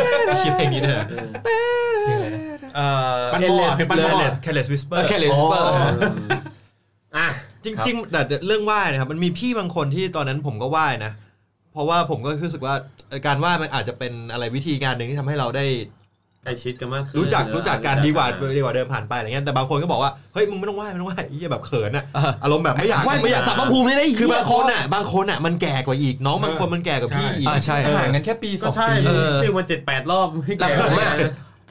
ดาดา
คิดอย่างนี้เนี่ย
ตาดาดา
เอ่อ
ปันหม้อ
Endless
เป็นปันหม้อ
Blurred
แคลเลสวิสเปอ
เออ
ร์
แค่เลยซุปเปอร์
อ่ะ
จริงๆแต่เรื่องไหว้นะครับมันมีพี่บางคนที่ตอนนั้นผมก็ไหว้นะ เพราะว่าผมก็รู้สึกว่าเอ่อการไหว้มันอาจจะเป็นอะไรวิธีการหนึ่งที่ทำให้เราได้
ใกล้ชิดกันมากขึ้น
รู้จัก
เออ
รู้จักกันดีกว่าดีกว่าเดินผ่านไปอะไรเงี้ยแต่บางคนก็บอกว่าเฮ้ยมึงไม่ต้องไหว้ไม่ต้องไหว้ไอ้เหี้ยแบบเขินอะ
เอออ
อารมณ์แบบไม่อยาก
ว่า
ไม่อยาก
สัพพภูมิเลยนะ
คือบางคนอะบางคนอะมันแก่กว่าอีกน้องบางคนมันแก่กว่าพี่อีก
อ่าใช่
ห่างกันแค่ปีส
ก็
อง
ใช่
ปี
เออ
ซิ่วมาเจ็ดแปดรอบให้
แต่ผ
แก่
ม
มา
อะ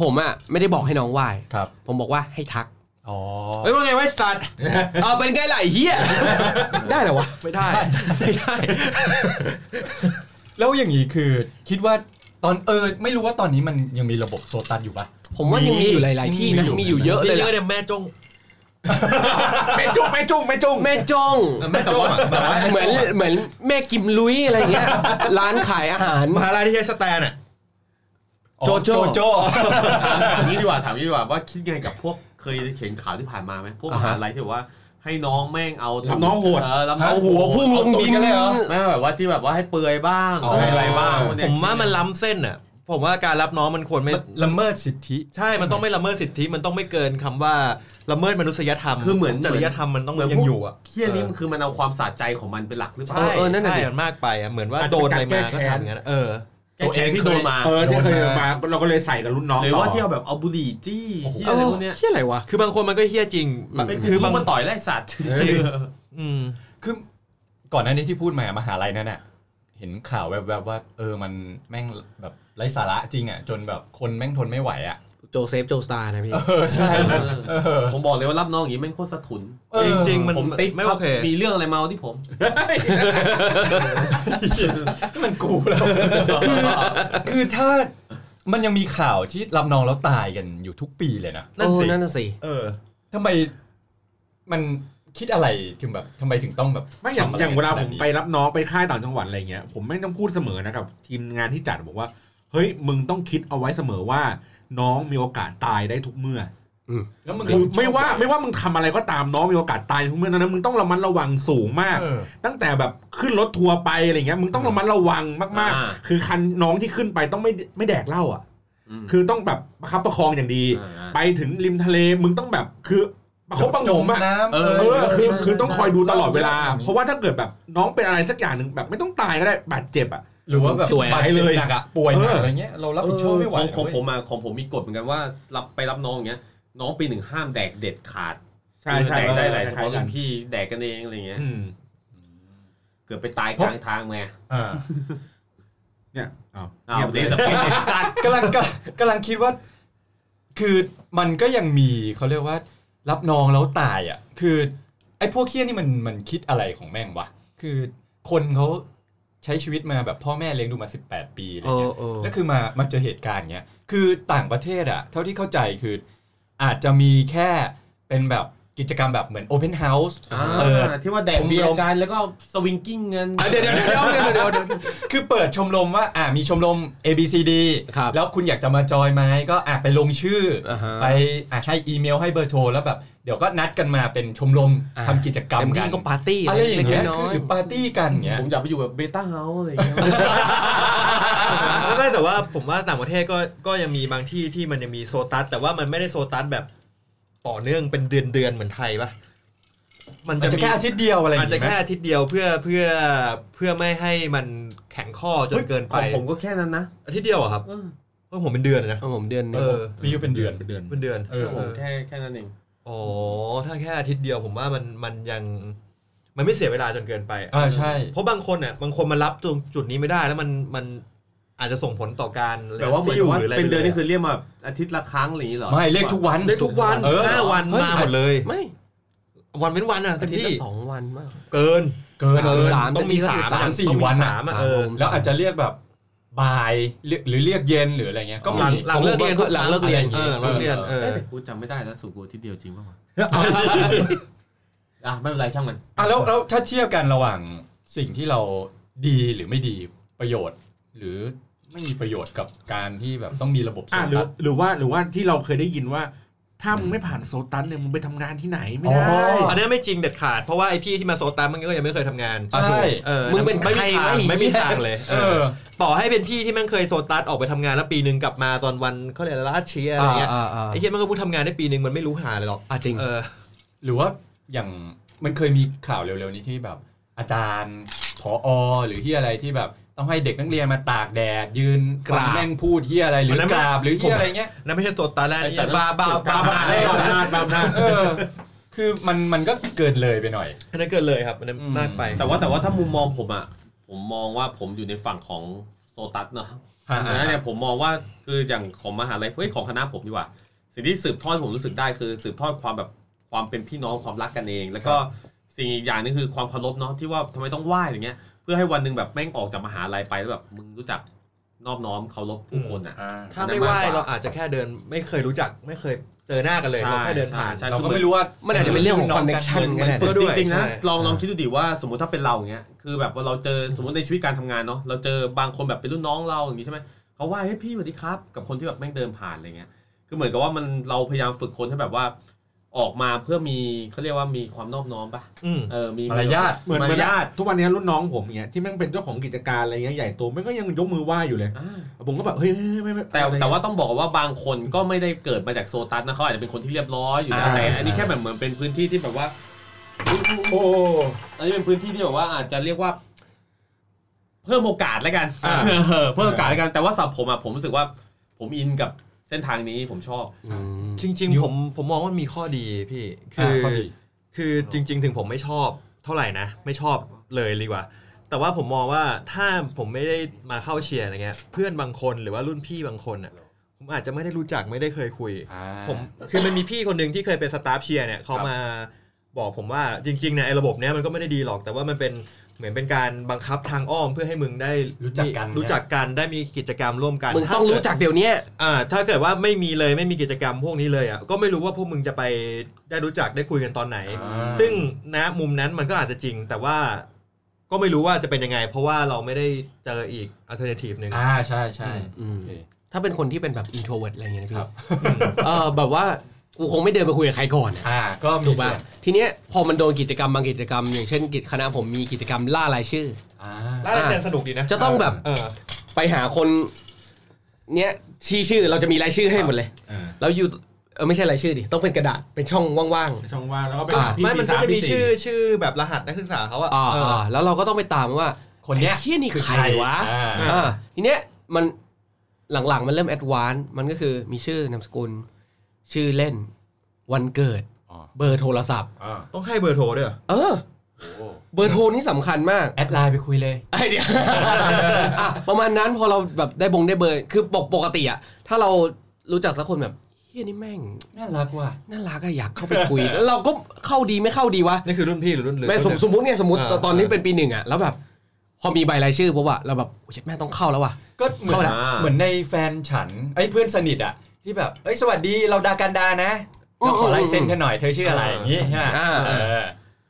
ผมอะไม่ได้บอกให้น้องไหว้
ครับ
ผมบอกว่าให้ทัก
อ๋อ
เฮ้ยว่าไงไว้สัตว์
เอาเป็นไงล่ะไอ้เฮียได้เหรอวะ
ไม่ได้ไม่ได้
แล้วอย่างนี้คือคิดว่าตอนเออ ไม่รู้ว่าตอนนี้มันยังมีระบบโซตัสอยู่ปะ
ผมว่ายังมีอยู่หลาย ๆ ที่นะ
มี
มี
อ
อยู่ ยู่เยอะเลย
เย
แหละ
อะเนี่ยแม่จง
ไม่จุ้งไม่จุ้งไม่จุ้ง
แม่จ้อง
เออแม่จงอะมหาลัย
เหมือนเหมือนแม่กิมลุยอะไรเงี้ย ร้านขายอาหาร
มหาลัยที่ใช้สแตนอะ
อ๋อ
โจโจ้
โจ
ถามนี้ดีกว่าถามนี้ดีกว่าว่าคิดยังไงกับพวกเคยเขียนข่าวที่ผ่านมาไหมพวกมหาลัยที่แบบว่าให้น้องแม่งเอา
รับน้องโหด
เออรับน้
เอา
อง
หัวพุ่งลงดิน
เอาตูดกันเลยเหรอ
ไม่แบบว่าที่แบบว่าให้เปลือยบ้าง
อ๋อ
ให้อะไรบ้างพวกเนี้ย
ผมว่ามันล้ำเส้นอะผมว่าการรับน้องมันควรไม่
มันละเมิดสิทธิ
ใช่ มันต้องไม่ละเมิดสิทธิ มันต้องไม่เกินคำว่าละเมิดมนุษยธรรม
คือเหมือน
จริยธรรมมันต้อง
เหมือน
ยั
พ
ง
วก
อยู่อ่ะ
เที่ยนี้มันคือมันเอาความสะใจของมันเป็นหลักหรือเปล่า
ใช่
เออนั่นน่ะ
ใช่
ดิ
มันมากไปอ่ะ เหมือนว่าโดนอะไรมาก็ทำอย่างนั้นอะเออ
ตัวเองที่โดนมา
เออที่เคยมาเราก็เลยใส่กับรุ่นน้อง
หรือว่า
ต่
ที่เอาแบบเอาบุหรี่จี้เที่ย
เออ
อะไรพวกเนี้ย
เฮียอะไรวะ
คือบางคนมันก็เฮี้ยจริงบาง
เป็น
คื
คืออบ
าง
มันต่อยไล่สัตว์
จริงอืม
คือก่อนหน้านี้ที่พูดมามหาลัยนั่นน่ะเห็นข่าวแวบๆว่า เออมันแม่งแบบไร้สาระจริงอ่ะจนแบบคนแม่งทนไม่ไหวอ่ะ
โจเซฟโจสตาร์นะพี่
เออใช่เออ
ผมบอกเลยว่ารับน้องอย่างนี้แม่งโคตรสะทุน
เออ
จริงๆมัน
ผมติ๊ก
ไม่โอเค
มีเรื่องอะไรเมาที่ผม
นี่มันกูแล้วคือคือถ้ามันยังมีข่าวที่รับน้องแล้วตายกันอยู่ทุกปีเลยนะ
นั่น
โอ้
สิ
นั่นน่ะสิ
เออ
ทำไมมันคิดอะไรถึงแบบทำไมถึงต้องแบบ
ไม่อย่าง
ทำะร
อย่างเวลา
ข
ผ
นด
ม
นี้
ไปรับน้องไปค่ายต่างจังหวัดอะไรเงี้ยผมไม่ต้องพูดเสมอนะกับทีมงานที่จัดบอกว่า เฮ้ยมึงต้องคิดเอาไว้เสมอว่า น้องมีโอกาสตายได้ทุกเมื่อ
แล้วมึง
คือไม่ว่าไม่ว่ามึงทำอะไรก็ตามน้องมีโอกาสตายทุกเมื่อนั้นนะมึงต้องระมัดระวังสูงมาก
เออ
ตั้งแต่แบบขึ้นรถทัวร์ไปอะไรเงี้ยมึงต้องระมัดระวังมาก
อ่า
ๆ คือคันน้องที่ขึ้นไปต้องไม่ไม่แดกเหล้าอ่ะคื
คือ
อต้องแบบประคับประคองอย่างดี ไปถึงริมทะเลมึงต้องแบบคือประคบประหงมอะ
จมน้ำ
เออ
เออ
คือ
ใช่
คือต้องคอยดูตลอดเวลา
ใช่ใช่
เพราะว่าถ้าเกิดแบบน้องเป็นอะไรสักอย่างหนึ่งแบบไม่ต้องตายก็ได้บาดเจ็บอ่ะ
หรือว่าแบบ
สวยอะ
บาดจ็บ
เลย
หนักอะป่วยหนัก
เอออ
อะไรเงี้ยเรารับผิดชอบไม่ไหว
ของของ
นะเว้ย
ผมอะของผมมีกฎเหมือนกันว่ารับไปรับน้องอย่างเงี้ย น้องปีหนึ่งห้ามแดกเด็ดขาด
ใช่ใช่
แดกได้หลาย
ค
เฉ
ล้
พาะ
กั
รุ่
น
นพี่แดกกันเองอะไรเงี้ย
อืม
เกือบไปตาย
เพ
ก
ราะ
ลางทางไง
อ่า
เนี่ยอ้าว
อ้า
เงียว บเล
เด
ย
สเปนสัตว์
กำลังก ำลังกำลังคิดว่า คือมันก็ยังมีเขาเรียกว่า รับน้องแล้วตายอ่ะ คือไอ้พวกเคี้ยนี่มันมันคิดอะไรของแม่งวะ คือคนเขาใช้ชีวิตมาแบบพ่อแม่เลี้ยงดูมา 18 ปีอะไร
เออ
เงี้ย
เออ
แล้วคือมามันเจอเหตุการณ์เงี้ย คือต่างประเทศอ่ะ เท่าที่เข้าใจคืออาจจะมีแค่เป็นแบบกิจกรรมแบบเหมือน Open House เปิด
ที่ว่าแดกเบียร์กันแล้วก็สวิงกิ้งกัน
อ่ะเดี๋ยวเดี๋ยวเดี๋ยวเดี๋ยวเดี๋ยวเดี๋ยวเดี๋ยว
คือเปิดชมรมว่าอ่ามีชมรม A B C D
ครับ
แล้วคุณอยากจะมาจอยไหมก็อ่ะไปลงชื่อ
อ่าฮะ
ไปอ่ะให้อีเมลให้เบอร์โทรแล้วแบบ เดี๋ยวก็นัดกันมาเป็นชมรม
อ่า
ทำกิจกรรม
เต็ม
กั
ที่
น
ก็ปาร์ตี้
อะไรอย่าง
ล็
เงี้
ก
ย
ๆน้
คือ
อ
ห
ย
รือปาร์ตี้กันอย่างเงี้ย
ผมอยากไปอยู่แบบเบต้าเฮาส์อะไรเงี้ย
ไม่ไม่แต่ว่าผมว่าต่างประเทศก็ก็ยังมีบางที่ที่มันยังมีโซตัสแต่ว่ามันไม่ได้โซตัสแบบต่อเนื่องเป็นเดือนเดือนๆเหมือนไทยปะมัน
อาจ
จะ
จะ
มี
แค่อาทิตย์เดียวอะไรอย่า
อาจ
ง
จะ
เงี้
แค่
ย
อาทิตย์เดียวเพื่อเพื่อเพื่อไม่ให้มันแข็งข้อจนเกิน
ข
ไป
องผมก็แค่นั้นนะ
อาทิตย์เดียวเหรอครับ
เออ
เออผมเป็นเดือนเลยนะ
เอาผมเดือนหนึ
เอง อ
มีอยู่เป็นเดือน
เป็นเดือน
เป็นเดือน
เออ
ผมแค่แค่นั้นเอง
อ๋อถ้าแค่อาทิตย์เดียวผมว่ามันมันยังมันไม่เสียเวลาจนเกินไป
อ่าใช่
เพราะบางคนเนี่ยบางคนมารับตรงจุดนี้ไม่ได้แล้วมันมันอาจจะส่งผลต่อการ
แบบว่าเหมือน
ซิ่
กับว่า
หรืออะไร
เป็นเดือ
ไล
น
ย
นี่คือเรียกมาอาทิตย์ละครั้งอะไรอย่างนี้เหรอ
ไม่เรียกทุกวัน
ได้ทุกวัน
เออ
ห้าวัน
เฮ้ย
มาหมดเลย
ไม่
วันเว้นวันอ่ะ
อา
เต็ม
ทิตย์
ที่
ละสองวันมาก
เกิน
เกิน
สาม
เกิน
สาม
ต้องมี
เต็มที่ก็
สาม
คือสาม
อะ
สี่
ต้องมี
วันอะ
สามอะ
ครับ
เออ
ผม
แล้วอาจจะเรียกแบบบ่ายหรือหรือเรียกเย็นหรืออะไรเงี้ยก็
หลั
มี
งหลังเลิกเรียน
ผมว่าหลังเลิกเรียน
เออหลังเลิกเรียนเออ
เอ้ยแต่กูจำไม่ได้แล้วสูกูที่เดียวจริงป่าววะ อ่ะไม่เป็นไรช่างมัน
อ่ะแล้วแล้วถ้าเทียบกันระหว่างสิ่งที่เราดีหรือไม่ดีประโยชน์ หรือไม่มีประโยชน์กับการที่แบบต้องมีระบบโซ
อ่ะหรื
ตั
อ
ส
หรือว่าหรือว่าที่เราเคยได้ยินว่า ถ้ามึงไม่ผ่านโซตันเนี่ยมึงไปทำงานที่ไหนไม่ได้
อ๋อ
อันเนี้ยไม่จริงเด็ดขาด เพราะว่าไอพี่ที่มาโซตามมันก็ยังไม่เคยทำงาน
ใช่
เออ
มึงเป็น
ไม่
ใคร
มีทาง
วะ
ไม่มีทางเลย
เอ
เออ
อ
ต่อให้เป็นพี่ที่แมันเคยโซตัสออกไปทำงานแล้วปีหนึ่งกลับมาตอนวันเขาเรียกอะไรลาดเชียร์อะไรเงี้ย
อ่าอ่า
ไอ้เหี้ยมันก็พูดทำงานได้ปีหนึ่งมันไม่รู้หาเลยหรอก
อ่าจริง
เออ
หรือว่าอย่างมันเคยมีข่าวเร็วๆนี้ที่แบบ อาจารย์ผอหรือที่อะไรที่แบบต้องให้เด็กนักเรียนมาตากแดด ยืน
กราบ
ฟังแม่งพูดที่อะไรหรื
อั
อน
นั้น
กราบหรือ
ผม
ที่อะไรเงี้ย
นั่นไม่ใช่โซตัสแล้วนี่
ไอ้สัตว์
บาบาบาบา
แน่นอน
เออ คือมันมันก็เกินเลยไปหน่อย
อันนั้นเกินเลยครับอันนั้น
อืม
มากไป
แต่ว่าแต่ว่าถ้ามุมมองผมอ่ะ ผมมองว่าผมอยู่ในฝั่งของโซตัสเนาะ
อ่า
ดังนั้นเนี่ยผมมองว่าคืออย่างของมหาลัยเฮ้ยของคณะผมดีกว่า สิ่งที่สืบทอดผมรู้สึกได้คือ สืบทอดความแบบความเป็นพี่น้องความรักกันเอง แล้วก็สิ่งอีกอย่างหนึงคือความเคารพเนาะที่ว่าทำไมต้องไหว้อย่างเงี้ย เพื่อให้วันหนึ่งแบบแม่งออกจากมหาลัยไปแล้วแบบมึงรู้จักนอบน้อมเคารพผู้คนอ่ะ
อ่า
ถ้าไม่ไหวเราอาจจะแค่เดินไม่เคยรู้จักไม่เคยเจอหน้ากันเลย
ใช่
เราแค่เดินผ่าน
ใช่
เราก็ไม่รู้ว่า
มันอาจจะเป็นเรื่องของคอนเนคชั่นก็ได้
เอ
นะ
อด้วย
จริงๆนะ
ใช่
ลองลองคิดดูดิว่าสมมติถ้าเป็นเราอย่างเงี้ยคือแบบว่าเราเจอสมมติในชีวิตการทำงานเนาะเราเจอบางคนแบบเป็นรุ่นน้องเราอย่างนี้ใช่ไหมเขาว่าเฮ้ยพี่สวัสดีครับ กับคนที่แบบแม่งเดินผ่านอะไรเงี้ยคือเหมือนกับว่ามันเราพยายามฝึกคนให้แบบว่าออกมาเพื่อมีเขาเรียกว่ามีความนอบน้อมปะ
อืม
เออมี
มารยาท
เหมือน
มารยาท
ทุกวันนี้รุ่นน้องผมเนี่ยที่แม่งเป็นเจ้าของกิจการอะไรเงี้ยใหญ่โตแม่งก็ยังยกมือไหว้อยู่เลย
อ่า
ผมก็แบบเฮ้ยเฮ้ยเฮ้ยไม่ไม่
แต่แต่ว่าต้องบอกว่าบางคนก็ไม่ได้เกิดมาจากโซตัสนะเขาอาจจะเป็นคนที่เรียบร้อยอยู่แล้ว
อ่า
แต่อันนี้แค่แบบเหมือนเป็นพื้นที่ที่แบบว่า
โอ้
อันนี้เป็นพื้นที่ที่แบบว่าอาจจะเรียกว่า เพิ่มโอกาสแล้วกัน
อ่า
เออเพิ่มโอกาสแล้วกันแต่ว่าสำหรับผมอะผมรู้สึกว่าผมอินกับเส้นทางนี้ผมชอบ
อืม
จริง ๆ ผมผมมองว่ามีข้อดีพี่คืออ
ข้อดี
คือจริง ๆ ถึงผมไม่ชอบเท่าไหร่นะ ไม่ชอบเลยดีกว่า แต่ว่าผมมองว่าถ้าผมไม่ได้มาเข้าเชียร์อะไรเงี้ยเพื่อนบางคนหรือว่ารุ่นพี่บางคนอ่ะ ผมอาจจะไม่ได้รู้จักไม่ได้เคยคุย
อ่า
ผมคือมันมีพี่คนหนึ่งที่เคยเป็นสตาฟเชียร์เนี่ยเขา
ครับ
มาบอกผมว่าจริงๆเนี่ยไอ้ระบบเนี้ยมันก็ไม่ได้ดีหรอก แต่ว่ามันเป็นเหมือนเป็นการบังคับทางอ้อมเพื่อให้มึงได้
รู้จักกัน
รู้จักกันได้มีกิจกรรมร่วมกัน
มึง
ถ้า
ต้อง
เด
รู้จักเดี๋ยวเนี้ย
อ่าถ้าเกิดว่าไม่มีเลยไม่มีกิจกรรมพวกนี้เลยอ่ะก็ไม่รู้ว่าพวกมึงจะไปได้รู้จักได้คุยกันตอนไหน
อ่า
ซึ่งณมุมนั้นมันก็อาจจะจริง แต่ว่าก็ไม่รู้ว่าจะเป็นยังไง เพราะว่าเราไม่ได้เจออีกอัลเทอร์เนทีฟหนึ่ง
อ่าใช่ใช่
อืม
โอเค
ถ้าเป็นคนที่เป็นแบบ introvert อะไรอย่างเงี้ยนะพี่
ครับ
เออแบบว่ากูคงไม่เดินไปคุยกับใครก่อนอะ
อ่าก็มี
ถูกป่ะ
ส่วน
ทีเนี้ยพอมันโดนกิจกรรมบางกิจกรรม อย่างเช่นกิจคณะผมมีกิจกรรมล่ารายชื่อ
อ่า
น่าจะเป็นสนุกดีนะ
จะต้องแบบ
เออ
ไปหาคนเนี้ยที่ชื่อเราจะมีรายชื่อให้หมดเลย
อ่า
แล้วอยู่เออไม่ใช่รายชื่อดิต้องเป็นกระดาษเป็นช่องว่าง
ช่องว่างแล้วก็ไปหา
อ่า
พี่
ไม่
ปี
มันก็
สาม
จะมี
พี่สี่
ชื่อชื่อแบบรหัสนักศึกษาเขาอะ
ๆอ่า
เออ
อ่าแล้วเราก็ต้องไปตามว่า
คนเนี้ย
ไอ้เฮี้ยนี่
คือ
ใคร
ใคร
วะ
อ่า
อ่าทีเนี้ยมันหลังๆมันเริ่มแอดวานซ์มันก็คือมีชื่อนามสกุล ชื่อเล่น วันเกิด
อ๋อ
เบอร์โทรศัพท์
อ่า
ต้องให้เบอร์โทรด้วยเหรอ
เออ
โอ้
เบอร์โทรนี่สำคัญมาก
แอดไลน์ไปคุยเลย
ไอเดียวอ่ะประมาณนั้นพอเราแบบได้บงได้เบอร์ คือปกปกติอะถ้าเรารู้จักสักคนแบบเฮียนี่แม่ง
น่ารักว่ะ
น่ารักอะอยากเข้าไปคุย แล้วเราก็เข้าดีไม่เข้าดีวะ
นี่คือรุ่นพี่หรือรุ่นหรือ
แม่สม
รุ่นเด็ก
สมมติเนี่ยสมมติ
อ่า
ตอนนี้เป็นปีหนึ่งอะแล้วแบบ พอมีใบรายชื่อปุ๊บอะเราแบบโอ้ยแม่ต้องเข้าแล้วว่ะ
ก็เหมือน
เข้าแล้ว
เหมือนในแฟนฉันไอ้ยเพื่อนสนิทอ่ะ ที่แบบเอ้ยสวัสดีเราดากันดานะเราขอลายเซ็นกันหน่อยเธอชื่ออะไรอย่างงี้ใช่ไหม
อ่า
เออ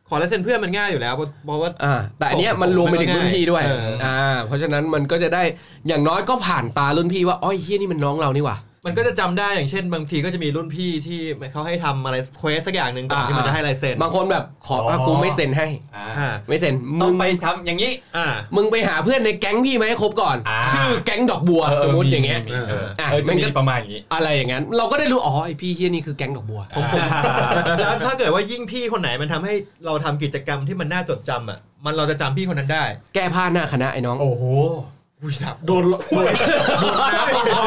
ขอลายเซ็นเพื่อนมันง่ายอยู่แล้วเพราะเพราะว่า
อ่าแต่อันเนี้ยมันรวมไปถึงรุ่นพี่ด้วย
เอออ่
อ่าเพราะฉะนั้นมันก็จะได้อย่างน้อยก็ผ่านตารุ่นพี่ว่าอ้อยเฮียนี่มันน้องเรานี่ว่ะ
มันก็จะจำได้อย่างเช่น บางทีก็จะมีรุ่นพี่ที่เขาให้ทำอะไรเควสสักอย่างหนึ่งก่อน
อ่า
ที่มันจะให้ลายเซ็น
บางคนแบบขอ
อ๋อ
อ่ะกูไม่เซ็นให้
อ่า
อ่า
ไม่เซ็น
ต้
มึ
อง
ง
ไปทำอย่างนี้
อ่า
มึงไปหาเพื่อนในแก๊งพี่ไหมาให้ครบก่อน
อ่า
ชื่อแก๊งดอกบัวสมมติอย่างเงี้ย
มีมีเออ
อ่ะ
เออจะ
มันก็
มีประมาณอย่างงี้
อะไรอย่างงั้น เราก็ได้รู้อ๋อไอพี่เฮียนี่คือแก๊งดอกบัว
ผมผม แล้วถ้าเกิดว่ายิ่งพี่คนไหนมันทำให้เราทำกิจกรรมที่มันน่าจดจำอ่ะมันเราจะจำพี่คนนั้นได้
แก้ผ้าหน้าคณะไอ้น้อง
โอ้โห
อุ้ยสับ
โดนโดนโดนน้ำลงคอ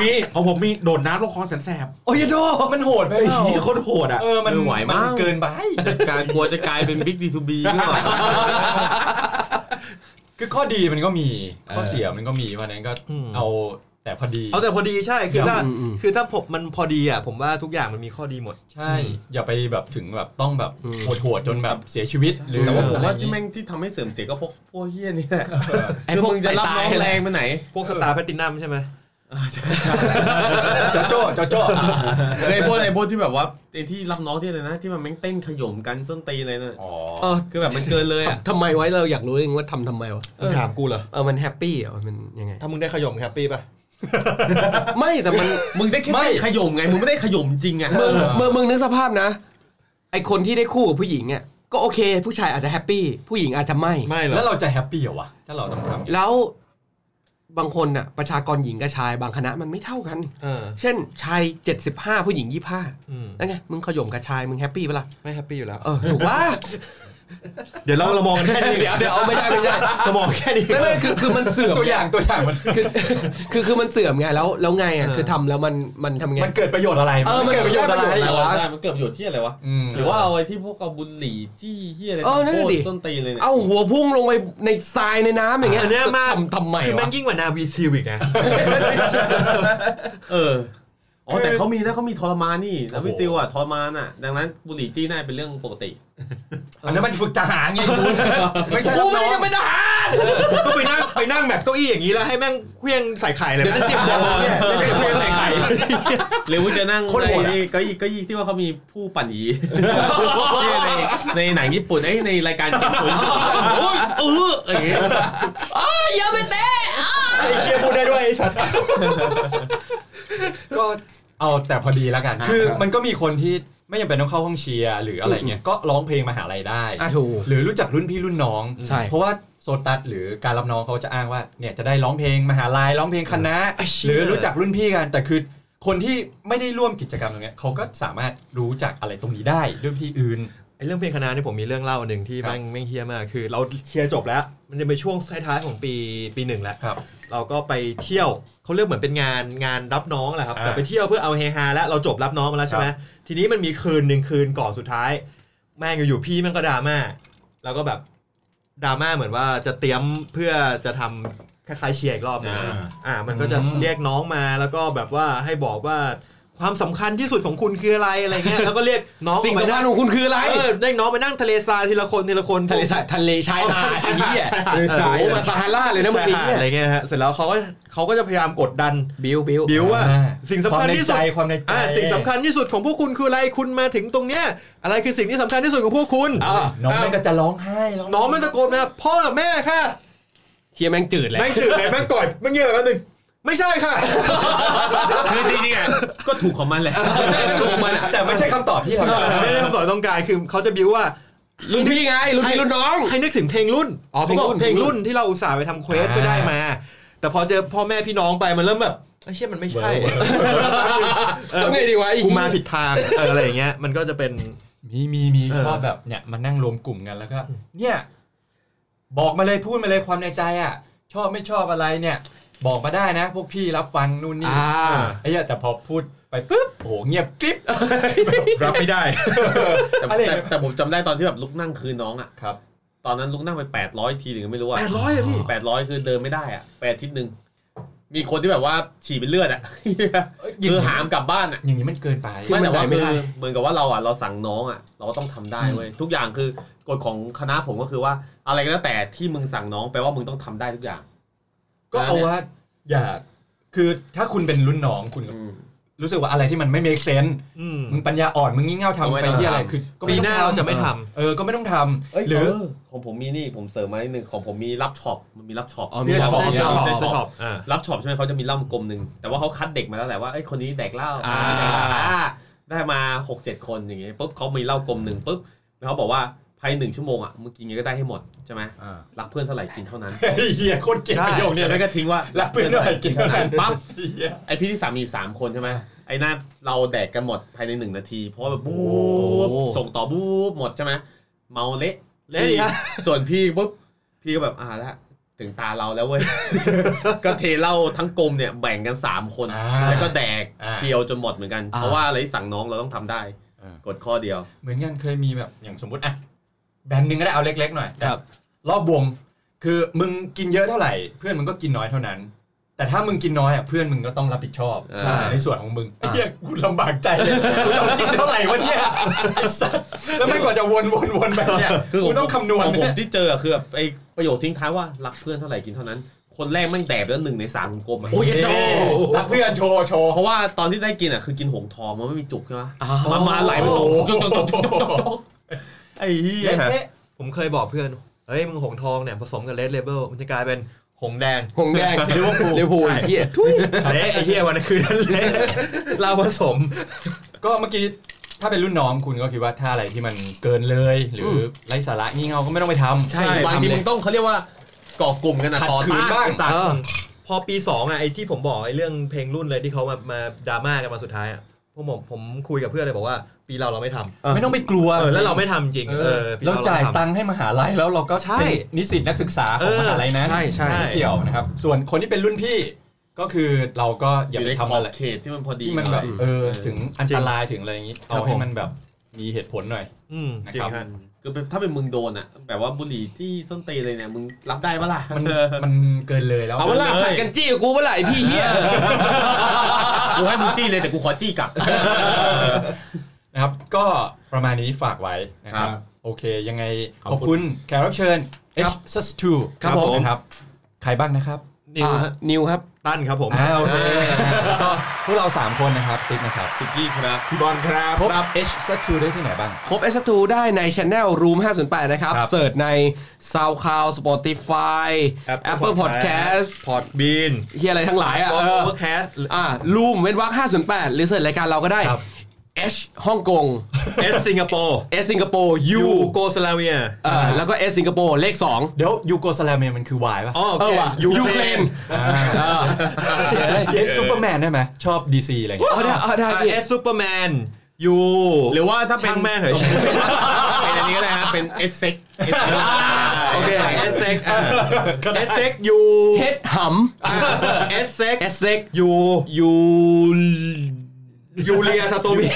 มีของผมมีโดดน้ำลงคลองแสนแสบ
โอ้ยโด
มันโหดไป
ไอ้
เปล่า
เหี้ยโคตรโหดอ่ะ
เออมัน
ไม่ไหวมั้ง
นเกินไป
จัดการกลัวจะกลายเป็นบิ๊กดีทูบีไม่ไหว
คือข้อดีมันก็มี ข้อเสียมันก็มีเพราะฉะนั้นก็เอาแต่พอดี
เอาแต่พอดีใช่คือถ้า
อืมอืม
คือถ้าผมมันพอดีอ่ะผมว่าทุกอย่างมันมีข้อดีหมด
ใช่ อย่าไปแบบถึงแบบต้องแบบ
อืม
โหดๆจนแบบเสียชีวิตหรือ
แต่ว่าผมว่า
อะไรอย่ง
ที่
งี้
แม่งที่ทำให้เสื่อมเสียก็พวกพวกเฮี้ยนี่แหละ
ไอ
คือ
พวก
มึงจะรับ
ตา
น้
ย
อง
ๆ
แรงไปไหน
พวกสตาร์แพลตตินัมใช่ไหม
โจโจ้โจโจ้
ไอ้พวกไอ้พวกที่แบบว่าไอ้ที่รับน้องที่อะไรนะ ที่มันแม่งเต้นขย่มกันส้นตีนอะไรน่ะ
อ๋อ
เออ
คือแบบมันเกินเลยอ่ะ
ทำไมไว้เราอยากรู้เองว่าทำทำไมวะ
มึงถามกูเหรอ
เออมันแฮปปี้เหรอมันยังไง
ถ้ามึงได้ขยมแฮปปี้ป่ะ
ไม่แต่มัน
มึงได้แค่
ไม่
เต้นขย่มไง มึงไม่ได้ขย่มจริงอ่ะ
มึงมึงมึงนึกสภาพนะ ไอคนที่ได้คู่กับผู้หญิงเนี่ยก็โอเค ผู้ชายอาจจะแฮปปี้ผู้หญิงอาจจะไม่
ไม่หรอ
แล้
ก
วเราจะแฮปปี้เหรอวะ ถ้าเราต้องทำอย่างนี้
แล้วบางคนน่ะประชากรหญิงกับชายบางคณะมันไม่เท่ากัน
เออ
เช่นชาย 75 ผู้หญิง 25
อืม
นั่นไง มึงขย่มกับชาย มึงแฮปปี้ปะล่ะ
ไม่แฮปปี้อยู่แล้ว
เออ ถูกว่า
เดี๋ยวเราเรามองกันแค่นี้
เดี๋ยวเดี๋ยวเอาไม่ได้ไม่ได้
เรามองแค่นี้
ไม่ไม่คือคือมันเสื่อม
ตัวอย่างตัวอย่างมัน
คือคือคือมันเสื่อมไงแล้วแล้วไงอ่ะ
เออ
คือทำแล้วมันมันทำไง
มันเกิดประโยชน์อะไร
เออมัน
เกิดประโยชน์อะไร
เออใช่มันเกือบหยุดที่อะไรวะ
อืม
หรือว่าเอาไอ้ที่พวกเอาบุหรี่ที่เฮี้ยอะไร
เออนั่นน่ะดิ
ส้นตีนเลยเนี่ย
เอาหัวพุ่งลงไปในทรายในน้ำอย่างเงี้ย
อันเนี้ยมาก
ทำทำไม
คือแม่
วะ
งยิ่งกว่านาวีซิลอีกนะ
เอออ๋อแต่เขามีนะเขามีทรมานนี่แล้วพี่ซิวอ่ะทรมานอ่ะ ดังนั้นบุหรี่จี้หน้าเป็นเรื่องปกติ
อันนั้นมันฝึกทหารไงคุณไม่ใช่
กูไม่
น้อ
ได้
ง
จะเป็นทหาร
ผมต้องไปนั่งไปนั่งแบบเก้าอี้อย่างนี้แล้วให้แม่งเคลี้ยงใส่ไข่เลย
เดี๋ยว
นะ
จะเจ็บคอเนี่ย
เออ
จะเจ็บคอใคร
หรือว่าจะนั่ง
คน
ใน
โหดอะ
เก็ยี่ก็ยี่ที่ว่าเขามีผู้ปั่นหยี ที่ในในหนังญี่ปุ่นไอ้ยในรายการญี่ปุ่น โอ้ยเอออย่างเงี้ย
อ้าวอย่าไปเตะ
ไอ้เชี่ยพูดได้ด้วยไอ้สัตว์
ก็เอาแต่พอดีแล้วกัน คือมันก็มีคนที่ไม่จำเป็นต้องเข้าห้องเชียร์หรืออะไรเงี้ยก็ร้องเพลงมหาลัยได้
อ่ะถูก
หรือรู้จักรุ่นพี่รุ่นน้อง
ใช่
เพราะว่าโซตัสหรือการรับน้องเขาจะอ้างว่าเนี่ยจะได้ร้องเพลงมหาลัยร้องเพลงคณะหรือรู้จักรุ่นพี่กัน แต่คือคนที่ไม่ได้ร่วมกิจกรรมตรงเนี้ยเขาก็สามารถรู้จักอะไรตรงนี้ได้ด้วยวิธีอื่น
ไอ้เรื่องเพลงคณะนี่ผมมีเรื่องเล่าอันหนึ่งที่
ครับ
แม่งแม่งเฮี้ยมากคือ เราเคลียร์จบแล้ว มันจะเป็นช่วงท้ายๆของปีปีหนึ่งแล้ว
ครับ
เราก็ไปเที่ยวเขาเรียกเหมือนเป็นงานงานรับน้องแหละครับ
อ่า
แต่ไปเที่ยวเพื่อเอาเฮฮาแล้วเราจบรับน้องมาแล้วใช่ไหมทีนี้มันมีคืนหนึ่งคืนก่อนสุดท้าย แม่งอยู่ๆพี่แม่งก็ดราม่าแล้วก็แบบดราม่าเหมือนว่าจะเตรียมเพื่อจะทำ คล้ายๆเชียร์อีกรอบหนึง
อ่า
อ่า มันก็จะเรียกน้องมาแล้วก็แบบว่าให้บอกว่าความสำคัญที่สุดของคุณคืออะไรอะไรเงี้ยแล้วก็เรียกน้อง
สิ่ง
มา
สำคั
นั่
ญ
ง
ของคุณคืออะไร
เออเรียกน้องไปนั่งทะเลทรายทีละคนทีละคน
ทะเลทรายทะเลชายหาดไอ้เหี้ย
ทะเลทราย
โอ้มาซาฮาร่าเลยนะมึง
ชาย
ไอ้
หาด
เหี้ย
อะไรเงี้ยฮะเสร็จแล้วเขาก็เขาก็จะพยายามกดดัน
บิวบิว
บิวว่า
อ่า
สิ่ง
ค
สำ
วาม
คัญ
ใน
ที่
ใจ
สุด
ความในใจ
อ่าสิ่งสำคัญที่สุดของพวกคุณคืออะไรคุณมาถึงตรงเนี้ยอะไรคือสิ่งที่สำคัญที่สุดของพวกคุณ
อ่า
น้องแม่งก็จะร้องไห้ร้อง
น้องไม่ตะโกนนะพ่อแม่ค่ะ
เฮียแม่งจืดเลย
แม่งจืดเลยแม่งก่อยแม่งเงียบไปแป๊บนึงไม่ใช่ ค่ะ
คือจริงๆอ่ะก็ถูกของมันแหละ
ใช่ก็ถูกมันอ่ะ
แต่ไม่ใช่คำตอบที่เราได้
ไม่ได้คำตอบต้องการคือเขาจะบิวว่า
รุ่นพี่ไงรุ่นพี่รุ่นน้อง
ให้นึกถึงเพลงรุ่น
อ๋อเพลงรุ่น
ขาบกเพลงรุ่นที่เราอุตส่าห์ไปทำเควสก็ได้มา แต่พอเจอพ่อแม่พี่น้องไปมันเริ่มแบบไอ้เชี่ยมันไม่ใช่เออ
ต้องไงดีวะไอ้
กู
เหี้ย
มาผิดทางเอออะไรอย่างเงี้ยมันก็จะเป็น
มีมีมี
เออ
ชอบแบบเนี่ยมานั่งรวมกลุ่มกันแล้วก็ เนี่ย บอกมาเลยพูดมาเลยความในใจอ่ะ ชอบไม่ชอบอะไรเนี่ย บอกมาได้นะ พวกพี่รับฟังนู่นนี่
อ่า
ไอ้เหี้ยแต่พอพูดไปปุ๊บโอ้โหเงียบกริบ
รับไม่ได้
แต่
อะไร
แต่
แบบ
แต่ผมจำได้ตอนที่แบบลุกนั่งคืนน้องอ่ะ
ครับ
ตอนนั้นลุกนั่งไป 800 ทีหนึ่งไม่รู้อ่ะ
800อะพี่
แปดร้อยคือเดินไม่ได้อ่ะแปดทิศหนึ่งมีคนที่แบบว่าฉี่เป็นเลือดอ่ะ คือหามกลับบ้านอ่ะ
อย่างนี้มันเกินไป
ไม่แต่ว่าคือเหมือนกับว่าเราอ่ะเราสั่งน้องอ่ะเราก็ต้องทำได้เว้ยทุกอย่างคือกฎของคณะผมก็คือว่าอะไรก็แล้วแต่ที่มึงสั่งน้องแปลว่ามึงต้องทำได้ทุกอย่าง
ก็เอาว่าอย่าคือถ้าคุณเป็นรุ่นน้องคุณรู้สึกว่าอะไรที่มันไม่ make sense
อืม
มึงปัญญาอ่อนมึงงี่เง่า
ก็
ทำ
ไม่
ไป
ต้อง
ที่อะไร
ทำ
คือก็
ปี
ไม่ต้
หน้า
อง
เรา
ทำ
จะไม่ทำ
เออก็ไม่ต้องทำห
หรื
รืออ
ของผมมีนี่ผมเสริมมานิดนึงของผมมีรับช็อปมันมีรับช็อป
อ๋อมี
เสื้อ
รับ
ช็อป
เสื้อช็อป
เสื้อ
เสื้อช็
ช็
อ
อ
ป
ป
อ่า
รับช็อปใช่ไหมเขาจะมีล่ำกลมหนึ่งแต่ว่าเขาคัดเด็กมาแล้วแหละว่าไอ้ยคนนี้แดกเหล้า
อ่า
คนนี้แดกเหล้าอ่าได้มาหกเจ็ดคนอย่างเงี้ยปุ๊บเขามีเหล้ากลมหนึ่งปุ๊บแล้วเขาบอกว่าภายในหนึ่งชั่วโมงอ่ะมึงกินยังไงก็ได้ให้หมดใช่ไหม
อ่า
รักเพื่อนเท่าไหร่กินเท่านั้น
เฮียโคตรเกลียดประโยคเนี่ย
แล้วก็ทิ้งว่า
รั
รั
กเพื่อนเท่าไหร่กินเท่านั้น
ปั๊บ
เหี้ย
ไอพี่ที่สามมีสามคนใช่ไหมไอ้หน้าเราแดกกันหมดภายในหนึ่งนาทีเพราะว่าแบบบู๊บส่งต่อบู๊บหมดใช่ไหมเมาเละ
เละดิฮะ
ส่วนพี่ปุ๊บพี่ก็แบบอ่าละถึงตาเราแล้วเว้ย ก็เทเหล้าทั้งกลมเนี่ยแบ่งกัน 3 คน
อ่า
แล้วก็แดก
อ่า
เคียวจนหมดเหมือนกัน
อ่า
เพราะว่าอะไรที่สั่งน้องเราต้องทำได้
อ่าก
กดข้อเดียว
เหมือนกันเคยมีแบบอย่างสมมติอ่ะแบรนด์หนึ่งก็ได้เอาเล็กๆหน่อย
ครับ
รอบวงคือมึงกินเยอะเท่าไหร่ เพื่อนมึงก็กินน้อยเท่านั้น แต่ถ้ามึงกินน้อยอ่ะเพื่อนมึงก็ต้องรับผิดชอบ
ใช่
ในส่วนของมึงไอ้เหี้ยกูลำบากใจเลยกูต้องกินเท่าไหร่วะเนี่ย ไอ้สัสแล้วไม่งกว่าจะวนวนวนแบบเนี้ยกูต้องคำนวณ
ของผม
เนี่ย
ที่เจอคือแบบไอประโยคทิ้งท้ายว่ารักเพื่อนเท่าไหร่กินเท่านั้น คนแรกแม่งแดกไปแล้วหนึ่งในสามของกลมอะ
โอ้ย โด
รับเพื่อนโชว์โชว์
เพราะว่าตอนที่ได้กินอ่ะคือกินหงทองมันไม่มีจุกใช่ไหม
อ๋อ
มันมาไหลมันตก
โอ้โห
ไอ้เหี้ย
เละเทะ
ผมเคยบอกเพื่อนเฮ้ยมึงหงทองเนี่ยผสมกับเลดเลเบลมันจะกลายเป็นหงแดง
หงแดงลิเวอร์พูลลิเวอร์พูลไอ้เหี้ยทุย
เละไอ้เหี้ยวันนั้นคืนนั้นเละเราผสม
ก็เมื่อกี้ถ้าเป็นรุ่นน้องคุณก็คิดว่าถ้าอะไรที่มันเกินเลย หรือไร้สาระงี่เง่าก็ไม่ต้องไปทำ
ใช่บางทีมึงต้องเขาเรียกว่าก่อกลุ่มกันอะ
ขัด
ต่อ
ขืน
ต้า
บ้าง
นไอ้สัตว์
เออ
พอปีสองอะไอ้ที่ผมบอกไอ้เรื่องเพลงรุ่นเลยที่เขามามาดราม่ากันมาสุดท้ายอะพวกผมผมคุยกับเพื่อนเลยบอกว่า ปีเราเราไม่ทำ
เออ
ไม่ต้องไปกลัว
เออแล้วเราไม่ทำจริง
เอ
เอ
อ
อปี
เราจ่าย
เรทำ
ตังค์ให้มหาลัยแล้วเราก็
ใช่
เป็นนิสิตนักศึกษาของ
เออ
มหาลัยนะ
ใช่ใช่
ไม่เกี่ยวนะครับ ส่วนคนที่เป็นรุ่นพี่ก็คือเราก็อ
อย่
า
ยู่
ไป
ในข
ทำ
อ
อะ
บ
ไร
เขตที่มันพอดี
ที่มันแบบ
หอย
เออถึงอันตรายถึงอะไรอย่างนี้เอาให้มันแบบมีเหตุผลหน่อย
อืมจริง
นะครับ
ฮะ
คือเป็นถ้าเป็นมึงโดนอ่ะ แบบว่าบุหรี่ที่ส้นตีนเลยเนี่ย มึงรับได้ปะล่ะ
มันมันเกินเลยแล้ว
เอาเวลาผัดกันจี้กับกูเมื่อไหร่พี่เหี้ย
กูให้มึงจี้เลยแต่กูขอจี้กลับ
นะครับ ก็ประมาณนี้ฝากไว้นะครับ
ครับ
โอเค ยังไง
ขอบ
ข
คุณ
อบคุณแขกรับเชิญ
ครับ
H s u s 2
ครับผม
นะครับใครบ้างนะครับ
นิวฮะ
นิวครับ
ตั้นครับผม
อ่าโอเคก็พวกเราสามคนนะครับติ๊กนะครับ
สุกี้ครับ
พี่บอลครับ
พบ H s u s 2ได้ที่ไหนบ้าง
พบ S2 ได้ใน Channel Room 508 นะครับ
ครับ
เสิร์ชใน SoundCloud Spotify Apple Podcast
พอดบีน
เฮียอะไรทั้งหลายอ่ะ
โอ
เออ
เวอร์แคส
อ่า Room เว้นวรรค508 หรือเสิร์ชรายการเราก็ได้
ครับ
H ฮ่องกง
เอสสิงคโปร์
S สิงคโปร์ U
ยูโกสลาเวีย
เอ่อแล้วก็ S สิงคโปร์เลข 2
เดี๋ยวยูโกสลาเมียมันคือ Y ป่ะ
อ๋อโอ
เอ
เค
อว่ะยูเครนเออ
เอสซูเปอร์แมนได้ไหมชอบ DC อะไรอย่างเงี้ย
เอาได้เอาได้พี่
เอสซูเปอร์แมนยู
หรือว่าถ้าเป็
ช่าน งแม่ เหย
เป็นอันนี้ก็ได้ฮะ เป็นเอส เซ็ก
โอเคเอสเซ็กเอสเซ็กยู
เฮ็ดห
เอสเซ็ก
ำ S เซ็ก
ยู
ยู
ยูเรียสโต มิ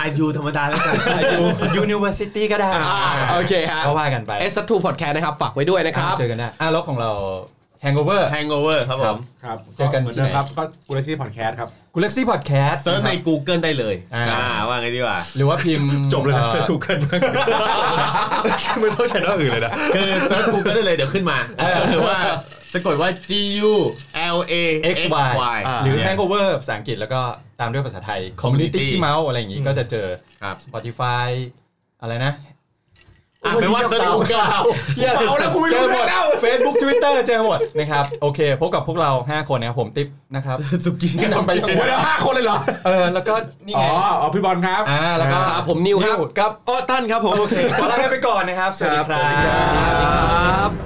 อายุธรรมดาแล้วกัน
University ก็ได้
โอเคฮะ
ก็ว่ากันไป
เอสทูพอดแคสต์นะครับ ฝากไว้ด้วยนะครับ
เจอกันได้อ่ะแล้วของเรา Hangover
Hangover ครับผม
ครับ
เจอกันที่ไหน
เหมือนเดิมครับ ก็กูเล็กที่พอดแคสต์ครับ
กูเล็กซี่พอดแคสต์
เซิร์ชใน Google ได้เลย
อ่า
ว่าไงดีว่า
หรือว่าพิมพ์
จบเลยนะ
อ่อ
เสิร์ชถูกกันไม่ต้องใช้หน้าอื่นเลยนะ
คือเซิร์ช Google ได้เลยเดี๋ยวขึ้นมาหรือว่าสะกดว่า G U L A X
XY
Y
อ่า
หรือ
yes
Hangover ภาษาอังกฤษแล้วก็ตามด้วยภาษาไทย Community ที่เมาส์อะไรอย่างงี้ก็จะเจอ
ครับ
Spotify อะไรนะ
อ่ะไม่ว่าเซิร์ช Google
เอาแล้วกูไม่รู้เรื่องแล้ว Facebook Twitter เจอหมดนะครับ โอเค พบกับพวกเรา 5 คนนะครับผมติ๊บนะครับสุกี้นำไปยังหมดแล้วห้าคนเลยเหรอ เออ แล้วก็นี่
อ๋
ไง
ออ๋อพี่บอลครับ
อ่าแล้วก็
ครับผมนิวครับ
ครับ
อ๋อตั้นครับผม
โอเคขอลากันไปก่อนนะครับ สวัสดีค
ครับสวัสดีครั
รับ